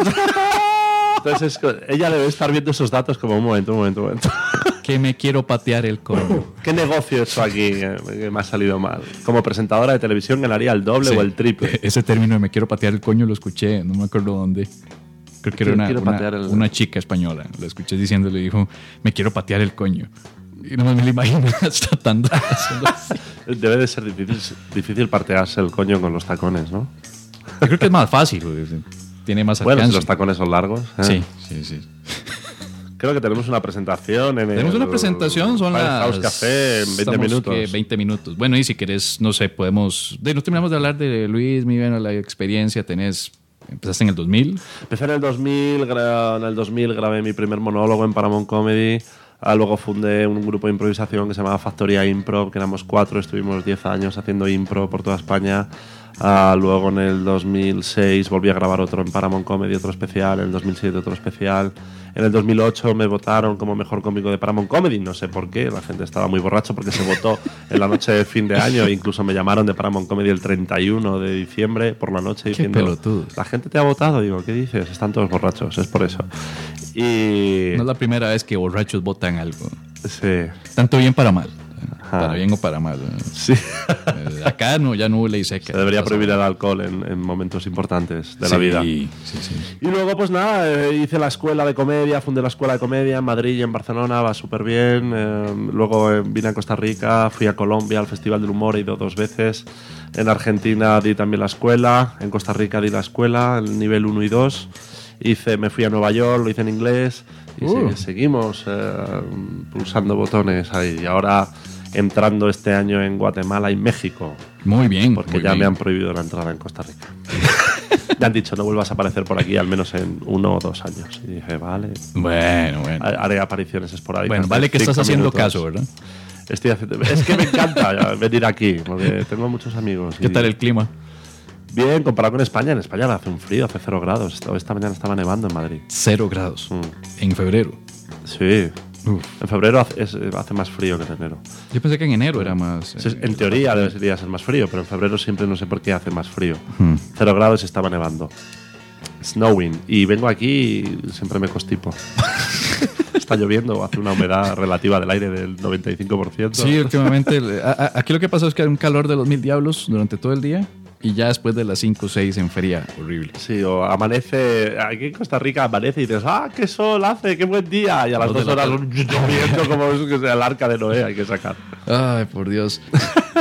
Speaker 2: Entonces es co- ella debe estar viendo esos datos como un momento, un momento, un momento.
Speaker 1: que me quiero patear el coño.
Speaker 2: ¿Qué negocio he hecho aquí que, que me ha salido mal? Como presentadora de televisión ganaría el doble
Speaker 1: Sí.
Speaker 2: o el triple.
Speaker 1: Ese término de me quiero patear el coño lo escuché, no me acuerdo dónde. Creo que era
Speaker 2: Quiero-
Speaker 1: una,
Speaker 2: quiero
Speaker 1: una-
Speaker 2: patear el-
Speaker 1: una chica española. La escuché diciendo, le dijo, me quiero patear el coño. Y no me lo imagino tratando de hacerlo así.
Speaker 2: Debe de ser difícil, difícil partearse el coño con los tacones, ¿no?
Speaker 1: Yo creo que es más fácil, porque tiene más
Speaker 2: Bueno, si
Speaker 1: alcance.
Speaker 2: los tacones son largos. ¿eh?
Speaker 1: Sí, sí, sí.
Speaker 2: Creo que tenemos una presentación en
Speaker 1: Tenemos
Speaker 2: el
Speaker 1: una presentación, son
Speaker 2: Firehouse
Speaker 1: las.
Speaker 2: Café en 20
Speaker 1: estamos
Speaker 2: minutos.
Speaker 1: que 20 minutos. Bueno, y si querés, no sé, podemos. De, no terminamos de hablar de Luis, mi bueno, la experiencia tenés. Empezaste en el 2000.
Speaker 2: Empecé en el 2000, gra- en el 2000 grabé mi primer monólogo en Paramount Comedy. Ah, Luego fundé un grupo de improvisación que se llamaba Factoría Improv, que éramos cuatro, estuvimos 10 años haciendo impro por toda España. Ah, luego en el 2006 volví a grabar otro en Paramount Comedy, otro especial, en el 2007 otro especial. En el 2008 me votaron como mejor cómico de Paramount Comedy, no sé por qué, la gente estaba muy borracho porque se votó en la noche de fin de año, e incluso me llamaron de Paramount Comedy el 31 de diciembre por la noche diciendo,
Speaker 1: pelotudos.
Speaker 2: la gente te ha votado, digo, ¿qué dices? Están todos borrachos, es por eso. Y...
Speaker 1: No es la primera vez que borrachos votan algo.
Speaker 2: Sí.
Speaker 1: Tanto bien para mal.
Speaker 2: Ajá.
Speaker 1: Para bien o para mal. ¿eh?
Speaker 2: Sí.
Speaker 1: Eh, Acá no, ya no hubo ley seca.
Speaker 2: Se debería
Speaker 1: Pasa-
Speaker 2: prohibir el alcohol en, en momentos importantes de la
Speaker 1: Sí,
Speaker 2: vida.
Speaker 1: Sí, sí.
Speaker 2: Y luego, pues nada, eh, hice la escuela de comedia, fundé la escuela de comedia en Madrid y en Barcelona, va súper bien. Eh, luego eh, vine a Costa Rica, fui a Colombia al Festival del Humor, he ido dos veces. En Argentina di también la escuela, en Costa Rica di la escuela, el nivel 1 y 2. Hice, me fui a Nueva York, lo hice en inglés y
Speaker 1: Uh.
Speaker 2: se- seguimos eh, pulsando botones ahí. Y ahora entrando este año en Guatemala y México,
Speaker 1: Muy bien.
Speaker 2: porque
Speaker 1: muy
Speaker 2: ya me
Speaker 1: bien.
Speaker 2: han prohibido la entrada en Costa Rica. me han dicho, no vuelvas a aparecer por aquí al menos en uno o dos años. Y dije, vale,
Speaker 1: Bueno, bueno.
Speaker 2: ha- haré apariciones esporádicas.
Speaker 1: Bueno,
Speaker 2: de
Speaker 1: vale que estás
Speaker 2: cinco
Speaker 1: haciendo
Speaker 2: minutos.
Speaker 1: caso, ¿verdad?
Speaker 2: Estoy haciendo- Es que me encanta ya, venir aquí, porque tengo muchos amigos.
Speaker 1: ¿Qué
Speaker 2: y-
Speaker 1: tal el clima?
Speaker 2: Bien, comparado con España, en España hace un frío, hace cero grados. Esta, esta mañana estaba nevando en Madrid.
Speaker 1: Cero grados.
Speaker 2: Mm.
Speaker 1: En febrero.
Speaker 2: Sí.
Speaker 1: Uf.
Speaker 2: En febrero hace, es- hace más frío que en enero.
Speaker 1: Yo pensé que en enero era más.
Speaker 2: Sí,
Speaker 1: eh,
Speaker 2: En teoría debería ser más frío, pero en febrero siempre no sé por qué hace más frío.
Speaker 1: mm.
Speaker 2: Cero grados y estaba nevando. Snowing. Y vengo aquí y siempre me constipo. Está lloviendo, hace una humedad relativa del aire del 95%.
Speaker 1: Sí, últimamente. el- a- a- aquí lo que pasó es que hay un calor de los mil diablos durante todo el día y ya después de las 5 o 6 en feria. Horrible.
Speaker 2: Sí, o amanece, aquí en Costa Rica amanece y dices, ¡ah, qué sol hace, qué buen día! Y a las
Speaker 1: Los de
Speaker 2: dos
Speaker 1: la
Speaker 2: horas
Speaker 1: tele.
Speaker 2: lloviendo como es que sea el arca de Noé, hay que sacar.
Speaker 1: Ay, por Dios.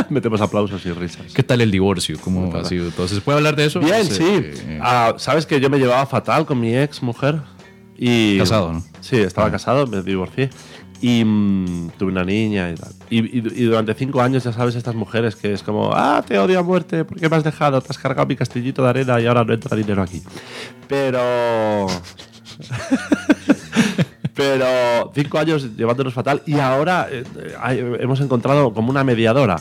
Speaker 2: Metemos aplausos y risas.
Speaker 1: ¿Qué tal el divorcio? ¿Cómo ha sido? Entonces, ¿puede hablar de eso?
Speaker 2: Bien,
Speaker 1: Pues,
Speaker 2: sí.
Speaker 1: eh,
Speaker 2: Ah, Sabes que yo me llevaba fatal con mi ex mujer. Y,
Speaker 1: Casado, ¿no? Ah.
Speaker 2: Sí, estaba casado, me divorcié. Y mm, tuve una niña y tal. Y, y- y durante cinco años, ya sabes, estas mujeres que es como, ah, te odio a muerte, ¿por qué me has dejado? Te has cargado mi castillito de arena y ahora no entra dinero aquí. Pero. Pero cinco años llevándonos fatal y ahora eh, eh, hay- hemos encontrado como una mediadora,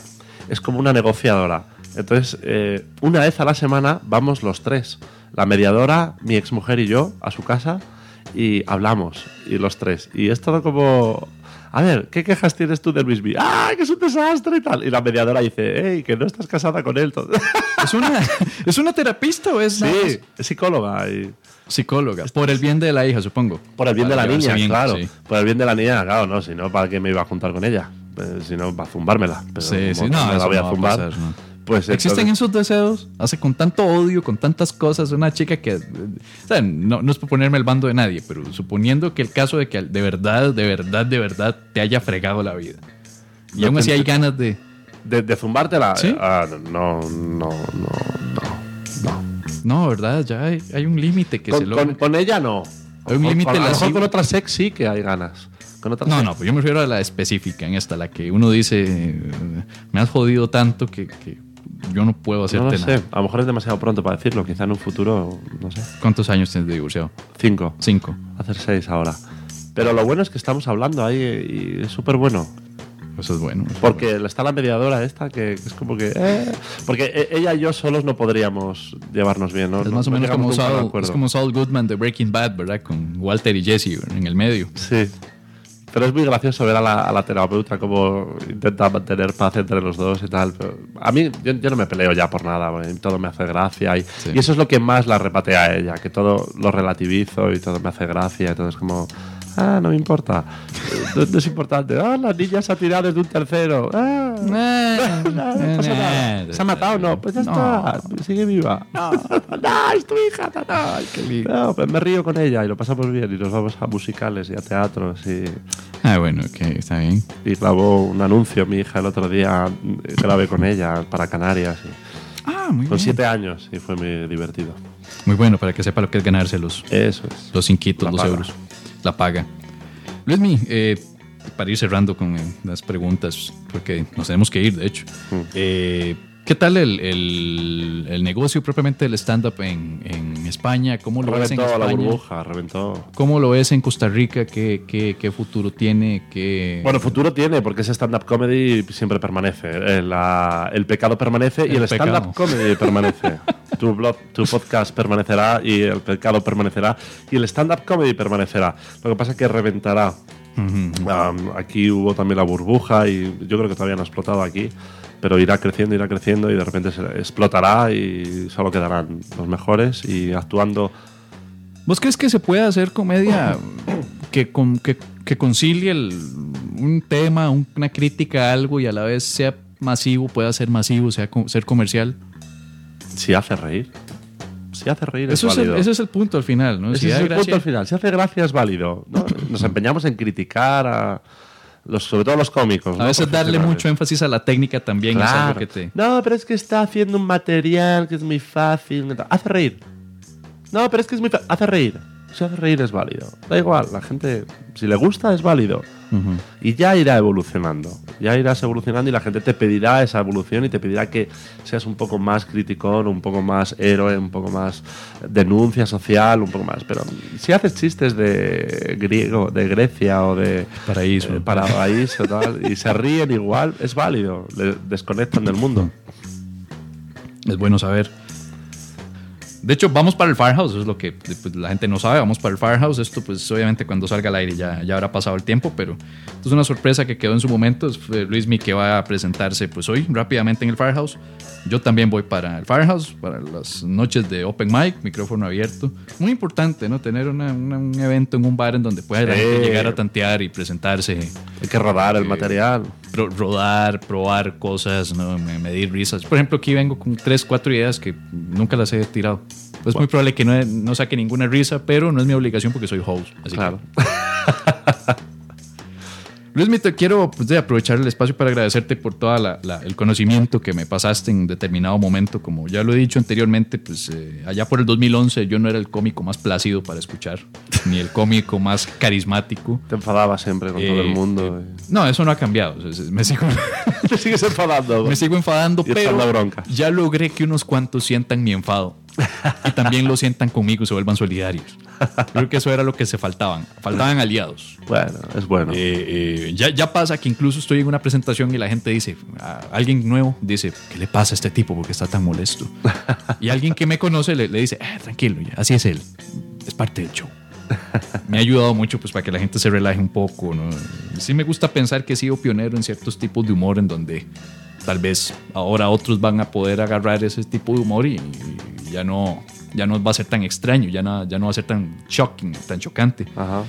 Speaker 2: es como una negociadora. Entonces, eh, una vez a la semana vamos los tres, la mediadora, mi exmujer y yo, a su casa y hablamos, y los tres. Y es todo como a ver, ¿qué quejas tienes tú de Luis B? ¡Ah, que es un desastre y tal! Y la mediadora dice, ¡Ey, que no estás casada con él!
Speaker 1: ¿Es una, ¿es una terapista o es nada más
Speaker 2: sí, es psicóloga. y-
Speaker 1: psicóloga? Por el bien de la hija, supongo.
Speaker 2: Por el bien
Speaker 1: Para
Speaker 2: de la
Speaker 1: llevarse
Speaker 2: niña,
Speaker 1: bien,
Speaker 2: claro.
Speaker 1: sí.
Speaker 2: Por el bien de la niña, claro, no, si no, ¿para qué me iba a juntar con ella? Eh, si no, para zumbármela. Pero
Speaker 1: Sí,
Speaker 2: como
Speaker 1: sí, no,
Speaker 2: me la
Speaker 1: eso
Speaker 2: voy a
Speaker 1: no va a
Speaker 2: zumbar.
Speaker 1: pasar, no.
Speaker 2: Pues
Speaker 1: Existen
Speaker 2: entonces-
Speaker 1: esos deseos, hace con tanto odio, con tantas cosas, una chica que, eh, o sea, no, no es por ponerme el bando de nadie, pero suponiendo que el caso de que al- de verdad, de verdad, de verdad te haya fregado la vida. Y
Speaker 2: No
Speaker 1: aún así hay
Speaker 2: pensé-
Speaker 1: ganas de...
Speaker 2: De, de zumbártela.
Speaker 1: ¿Sí?
Speaker 2: Ah, no, no, no, no. no.
Speaker 1: No, ¿verdad? Ya hay, hay un límite que se
Speaker 2: Con,
Speaker 1: logra.
Speaker 2: con- con ella no.
Speaker 1: Hay un
Speaker 2: Con-
Speaker 1: límite
Speaker 2: con- A lo mejor
Speaker 1: lascivo.
Speaker 2: con otra sex sí que hay ganas. Con otra
Speaker 1: No,
Speaker 2: sex-
Speaker 1: no, pues yo me refiero a la específica, en esta, la que uno dice, eh, me has jodido tanto que, que yo no puedo hacerte
Speaker 2: No lo
Speaker 1: nada.
Speaker 2: sé. A lo mejor es demasiado pronto para decirlo. Quizá en un futuro, no sé.
Speaker 1: ¿Cuántos años tienes de divorciado?
Speaker 2: Cinco.
Speaker 1: Cinco.
Speaker 2: Hacer seis ahora. Pero lo bueno es que estamos hablando ahí y es súper bueno.
Speaker 1: Eso es bueno. eso es
Speaker 2: Porque está la mediadora esta que es como que. eh, porque e- ella y yo solos no podríamos llevarnos bien, ¿no?
Speaker 1: Es
Speaker 2: No-
Speaker 1: más o
Speaker 2: no
Speaker 1: menos
Speaker 2: llegamos
Speaker 1: como
Speaker 2: nunca a un
Speaker 1: Saul,
Speaker 2: acuerdo.
Speaker 1: es como Saul Goodman de Breaking Bad, ¿verdad? Con Walter y Jesse en el medio.
Speaker 2: Sí. Pero es muy gracioso ver a la, a la terapeuta como intenta mantener paz entre los dos y tal. Pero a mí, yo, yo no me peleo ya por nada, porque todo me hace gracia. Y, y eso es lo que más la repatea a ella, que todo lo relativizo y todo me hace gracia. Y todo es como, ah, no me importa. No, no es importante. Ah, la niña se ha tirado desde un tercero. Ah, no,
Speaker 1: Eh,
Speaker 2: no pasa nada. ¿Se ha matado o no? Pues ya está, sigue viva. No, no, es tu hija, no, no.
Speaker 1: eh.
Speaker 2: No, pues me río con ella y lo pasamos bien y nos vamos a musicales y a teatros y,
Speaker 1: Ah, bueno, ok, está bien.
Speaker 2: y grabó un anuncio mi hija el otro día, eh, grabé con ella para Canarias y-
Speaker 1: Ah, muy
Speaker 2: con
Speaker 1: bien.
Speaker 2: siete años y fue muy divertido.
Speaker 1: Muy bueno, para que sepa lo que es ganárselos.
Speaker 2: Eso es.
Speaker 1: Los inquitos,
Speaker 2: La
Speaker 1: los
Speaker 2: paga.
Speaker 1: euros. La paga. Luismi, eh, para ir cerrando con eh, las preguntas, porque nos tenemos que ir, de hecho.
Speaker 2: Mm.
Speaker 1: Eh, ¿Qué tal el, el- el negocio propiamente del stand-up en, en España? ¿Cómo lo ves en
Speaker 2: Reventó la
Speaker 1: España?
Speaker 2: burbuja, reventó.
Speaker 1: ¿Cómo lo ves en Costa Rica? ¿Qué, qué- qué futuro tiene? ¿Qué...
Speaker 2: Bueno, futuro tiene, porque ese stand-up comedy siempre permanece. Eh, la- El, pecado permanece y
Speaker 1: El
Speaker 2: el stand-up
Speaker 1: pecado.
Speaker 2: comedy permanece. tu, blog, tu podcast permanecerá y el pecado permanecerá y el stand-up comedy permanecerá. Lo que pasa es que reventará. Um, aquí hubo también la burbuja y yo creo que todavía no ha explotado aquí, pero irá creciendo, irá creciendo y de repente se explotará y solo quedarán los mejores y actuando
Speaker 1: ¿Vos crees que se puede hacer comedia que, con- que, que concilie el- un tema, un- una crítica a algo y a la vez sea masivo, pueda ser masivo, sea co- ser comercial?
Speaker 2: si hace reír. Si hace reír
Speaker 1: Eso
Speaker 2: es
Speaker 1: es, el,
Speaker 2: válido.
Speaker 1: ese es el punto al final, ¿no?
Speaker 2: Ese
Speaker 1: Si
Speaker 2: es
Speaker 1: da
Speaker 2: el punto
Speaker 1: gracia-
Speaker 2: al final. Si hace gracia es válido. ¿no? Nos empeñamos en criticar a los, sobre todo a los cómicos.
Speaker 1: a
Speaker 2: ¿no?
Speaker 1: veces darle
Speaker 2: Profesionales.
Speaker 1: mucho énfasis a la técnica también es algo
Speaker 2: Claro.
Speaker 1: que te...
Speaker 2: No, pero es que está haciendo un material que es muy fácil. Hace reír. No, pero es que es muy fácil. Hace reír. Si hace reír es válido. Da igual, la gente, si le gusta, es válido. Y ya irá evolucionando. Ya irás evolucionando y la gente te pedirá esa evolución y te pedirá que seas un poco más criticón, un poco más héroe, un poco más denuncia social, un poco más. Pero si haces chistes de griego, de Grecia o de
Speaker 1: Paraíso.
Speaker 2: eh, paraíso tal, y se ríen igual, es válido. Le desconectan del mundo.
Speaker 1: Es bueno saber. De hecho, vamos para el Firehouse, es lo que pues, la gente no sabe, vamos para el Firehouse. Esto pues obviamente cuando salga al aire ya, ya habrá pasado el tiempo, pero esto es una sorpresa que quedó en su momento. Es eh, Luismi que va a presentarse pues hoy rápidamente en el Firehouse. Yo también voy para el Firehouse, para las noches de Open Mic, micrófono abierto. Muy importante, ¿no? Tener una- una- un evento en un bar en donde pueda la
Speaker 2: Sí.
Speaker 1: gente llegar a tantear y presentarse
Speaker 2: Hay que rodar el material.
Speaker 1: pro- rodar, probar cosas, ¿no? Me- medir risas. Por ejemplo, aquí vengo con tres, cuatro ideas que nunca las he tirado. Es muy probable que no, no saque ninguna risa, pero no es mi obligación porque soy host. Así
Speaker 2: Claro.
Speaker 1: que, Luis, te quiero pues, de aprovechar el espacio para agradecerte por todo el conocimiento que me pasaste en determinado momento. Como ya lo he dicho anteriormente, pues eh, allá por el 2011 yo no era el cómico más plácido para escuchar, ni el cómico más carismático.
Speaker 2: Te enfadabas siempre con todo
Speaker 1: Eh,
Speaker 2: el mundo. y-
Speaker 1: No, eso no ha cambiado. O sea, Me sigo,
Speaker 2: Te sigues enfadando.
Speaker 1: me sigo enfadando,
Speaker 2: Y echando
Speaker 1: pero
Speaker 2: bronca.
Speaker 1: ya logré que unos cuantos sientan mi enfado y también lo sientan conmigo y se vuelvan solidarios. Creo que eso era lo que se faltaban. Faltaban aliados.
Speaker 2: Bueno, es bueno.
Speaker 1: Eh, eh, ya, ya pasa que incluso estoy en una presentación y la gente dice, a- alguien nuevo dice, ¿qué le pasa a este tipo porque está tan molesto? Y alguien que me conoce le, le dice, "Ah, tranquilo, ya, así es él, es parte del show. me ha ayudado mucho pues para que la gente se relaje un poco. ¿no? Sí me gusta pensar que he sido pionero en ciertos tipos de humor en donde tal vez ahora otros van a poder agarrar ese tipo de humor y, y ya no ya no va a ser tan extraño, ya, na- ya no va a ser tan shocking, tan chocante.
Speaker 2: Ajá.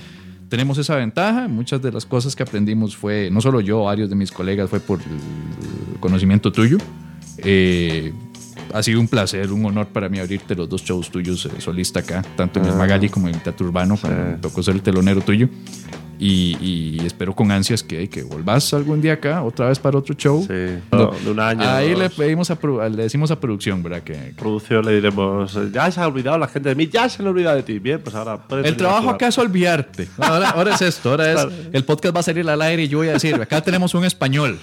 Speaker 1: Tenemos esa ventaja, muchas de las cosas que aprendimos fue, no solo yo, varios de mis colegas, fue por eh, conocimiento tuyo. Eh, ha sido un placer, un honor para mí abrirte los dos shows tuyos eh, solista acá, tanto en el Magali como en el Teatro Urbano, cuando me tocó ser el telonero tuyo. Y, y espero con ansias que, que volvás algún día acá, otra vez para otro show.
Speaker 2: Sí.
Speaker 1: No.
Speaker 2: De un año.
Speaker 1: Ahí
Speaker 2: dos.
Speaker 1: le, pedimos a, pro- le decimos a producción, ¿verdad? Que,
Speaker 2: producción le diremos, ya se ha olvidado la gente de mí, ya se le olvida de ti. Bien, pues ahora puedes
Speaker 1: El
Speaker 2: venir a
Speaker 1: trabajo
Speaker 2: jugar.
Speaker 1: acá es olvidarte. Ahora, ahora es esto, ahora es el podcast va a salir al aire y yo voy a decir, acá tenemos un español.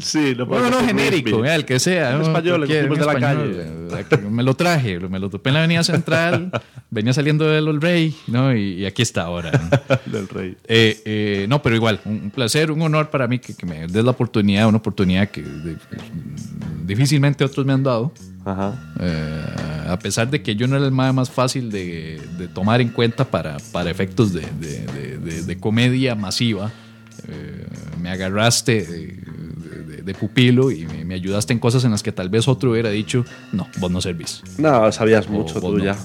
Speaker 2: Sí, lo
Speaker 1: Bueno,
Speaker 2: podemos
Speaker 1: no
Speaker 2: hacer
Speaker 1: genérico,
Speaker 2: rugby.
Speaker 1: eh, el que sea.
Speaker 2: Un
Speaker 1: ¿no?
Speaker 2: español,
Speaker 1: Cualquier,
Speaker 2: el que
Speaker 1: un
Speaker 2: de la
Speaker 1: español, eh, Me lo traje, me lo topé en la avenida central, venía saliendo del Old Rey, ¿no? Y, y aquí está ahora. ¿no?
Speaker 2: Del rey.
Speaker 1: Eh, eh, no, pero igual, un, un placer, un honor para mí que, que me des la oportunidad, una oportunidad que de- difícilmente otros me han dado.
Speaker 2: Ajá.
Speaker 1: Eh, a pesar de que yo no era el mae más fácil de, de tomar en cuenta para, para efectos de, de- de- de- de comedia masiva, eh, me agarraste eh, de, de- de pupilo y me, me ayudaste en cosas en las que tal vez otro hubiera dicho, no, vos no servís.
Speaker 2: No, sabías
Speaker 1: o
Speaker 2: mucho
Speaker 1: vos
Speaker 2: tú
Speaker 1: pues no".
Speaker 2: ya.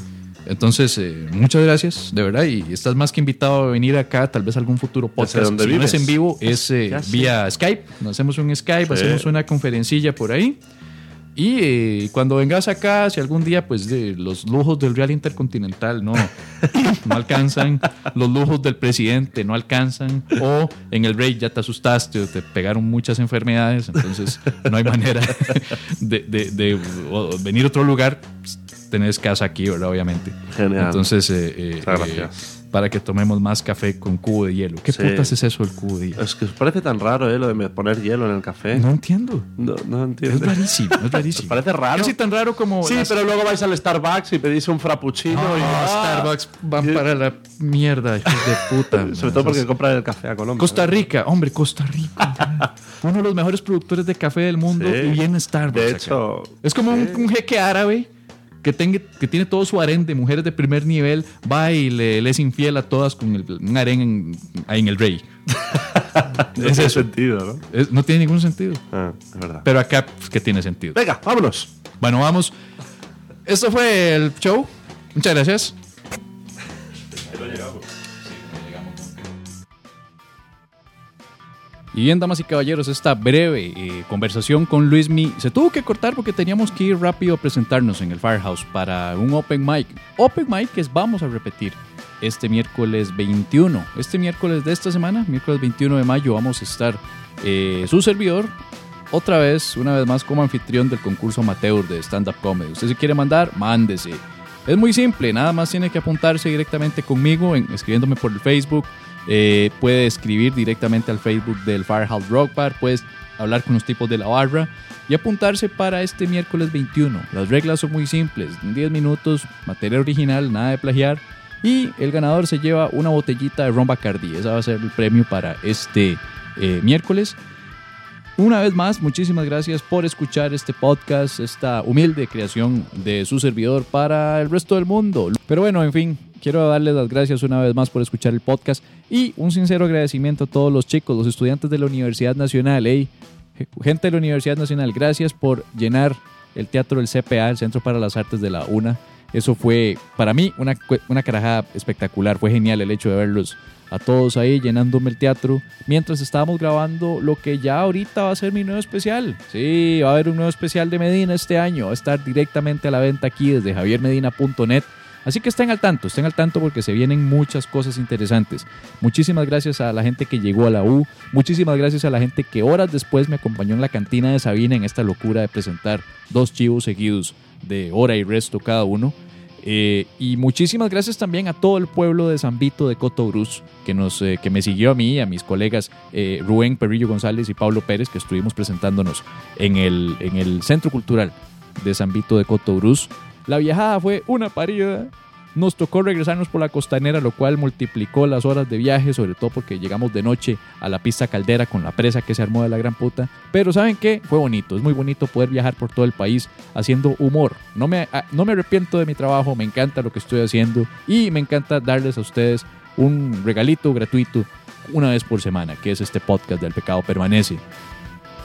Speaker 1: Entonces, eh, muchas gracias, de verdad, y estás más que invitado a venir acá, tal vez algún futuro podcast.
Speaker 2: dónde
Speaker 1: si no
Speaker 2: vives.
Speaker 1: es en vivo, es eh,
Speaker 2: Ya sé.
Speaker 1: vía Skype. Nos hacemos un Skype,
Speaker 2: Sí.
Speaker 1: hacemos una conferencilla por ahí. Y eh, cuando vengas acá, si algún día, pues de los lujos del Real Intercontinental no, no alcanzan, los lujos del presidente no alcanzan, o en el rey ya te asustaste o te pegaron muchas enfermedades, entonces no hay manera de, de- de, o, venir a otro lugar, pues, tenés casa aquí, ¿verdad? Obviamente.
Speaker 2: Genial.
Speaker 1: Entonces, eh, eh,
Speaker 2: Muchas
Speaker 1: eh,
Speaker 2: gracias.
Speaker 1: para que tomemos más café con cubo de hielo. ¿Qué
Speaker 2: Sí.
Speaker 1: putas es eso el cubo de hielo?
Speaker 2: Es que os parece tan raro, ¿eh? Lo de me- poner hielo en el café.
Speaker 1: No entiendo.
Speaker 2: No, no
Speaker 1: Es
Speaker 2: entiendo.
Speaker 1: rarísimo, es rarísimo.
Speaker 2: ¿Eh? Parece raro.
Speaker 1: Casi tan raro como.
Speaker 2: Sí,
Speaker 1: las-
Speaker 2: pero Ah. luego vais al Starbucks y pedís un frappuccino
Speaker 1: No,
Speaker 2: y
Speaker 1: Starbucks van para la mierda, hijos de puta.
Speaker 2: Sobre todo porque compran el café a Colombia.
Speaker 1: Costa Rica, hombre, Costa Rica. Uno de los mejores productores de café del mundo
Speaker 2: Sí.
Speaker 1: y viene Starbucks.
Speaker 2: De
Speaker 1: acá.
Speaker 2: hecho,
Speaker 1: es como un, un jeque árabe que, tenga- que tiene todo su harén de mujeres de primer nivel, va y le, le es infiel a todas con el- un harén en, ahí en el rey.
Speaker 2: No
Speaker 1: es
Speaker 2: tiene
Speaker 1: eso.
Speaker 2: sentido, ¿no?
Speaker 1: Es- no tiene ningún sentido.
Speaker 2: Ah, es verdad.
Speaker 1: Pero acá, pues, que tiene sentido.
Speaker 2: Venga, vámonos.
Speaker 1: Bueno, vamos. Esto fue el show. Muchas gracias. Y bien, damas y caballeros, esta breve eh, conversación con Luismi se tuvo que cortar porque teníamos que ir rápido a presentarnos en el Firehouse para un Open Mic. Open Mic que es- vamos a repetir este miércoles 21. Este miércoles de esta semana, miércoles 21 de mayo, vamos a estar eh, su servidor otra vez, una vez más, como anfitrión del concurso amateur de stand-up comedy. Usted si quiere mandar, mándese. Es muy simple, nada más tiene que apuntarse directamente conmigo, en- escribiéndome por el Facebook. eh, puede escribir directamente al Facebook del Firehouse Rock Bar, puedes hablar con los tipos de la barra y apuntarse para este miércoles 21. Las reglas son muy simples: 10 minutos, materia original, nada de plagiar. Y el ganador se lleva una botellita de Ron Bacardi. Ese va a ser el premio para este eh, miércoles. Una vez más, muchísimas gracias por escuchar este podcast, esta humilde creación de su servidor para el resto del mundo. Pero bueno, en fin, quiero darles las gracias una vez más por escuchar el podcast y un sincero agradecimiento a todos los chicos, los estudiantes de la Universidad Nacional. Hey, gente de la Universidad Nacional, gracias por llenar el teatro del CPA, el Centro para las Artes de la UNA. Eso fue para mí una, cue- una carajada espectacular. Fue genial el hecho de verlos a todos ahí llenándome el teatro mientras estábamos grabando lo que ya ahorita va a ser mi nuevo especial. Sí, va a haber un nuevo especial de Medina este año. Va a estar directamente a la venta aquí desde javiermedina.net. Así que estén al tanto, estén al tanto porque se vienen muchas cosas interesantes. Muchísimas gracias a la gente que llegó a la U, muchísimas gracias a la gente que horas después me acompañó en la cantina de Sabina en esta locura de presentar dos chivos seguidos de hora y resto cada uno. Eh, y muchísimas gracias también a todo el pueblo de San Vito de Cotobruz que, nos, eh, que me siguió a mí y a mis colegas eh, Rubén Perrillo González y Pablo Pérez que estuvimos presentándonos en el, en el Centro Cultural de San Vito de Cotobruz. La viajada fue una parida Nos tocó regresarnos por la costanera, lo cual multiplicó las horas de viaje, sobre todo porque llegamos de noche a la pista caldera con la presa que se armó de la gran puta. Pero ¿saben qué? Fue bonito, es muy bonito poder viajar por todo el país haciendo humor. No me, ah, no me arrepiento de mi trabajo, me encanta lo que estoy haciendo y me encanta darles a ustedes un regalito gratuito una vez por semana, que es este podcast del pecado permanece.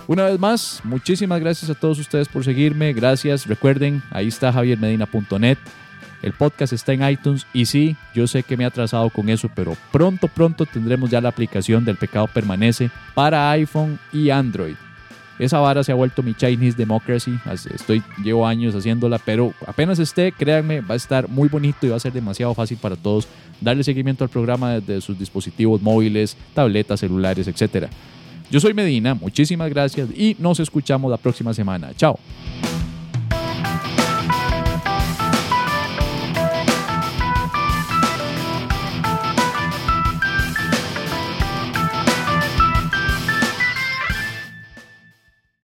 Speaker 1: Una vez más, muchísimas gracias a todos ustedes por seguirme. Gracias. Recuerden, ahí está javiermedina.net. El podcast está en iTunes y sí, yo sé que me he atrasado con eso, pero pronto, pronto tendremos ya la aplicación del pecado permanece para iPhone y Android. Esa vara se ha vuelto mi Chinese Democracy. as- Estoy, llevo años haciéndola, pero apenas esté, créanme, va a estar muy bonito y va a ser demasiado fácil para todos darle seguimiento al programa desde sus dispositivos móviles, tabletas, celulares, etc. Yo soy Medina, muchísimas gracias y nos escuchamos la próxima semana. Chao.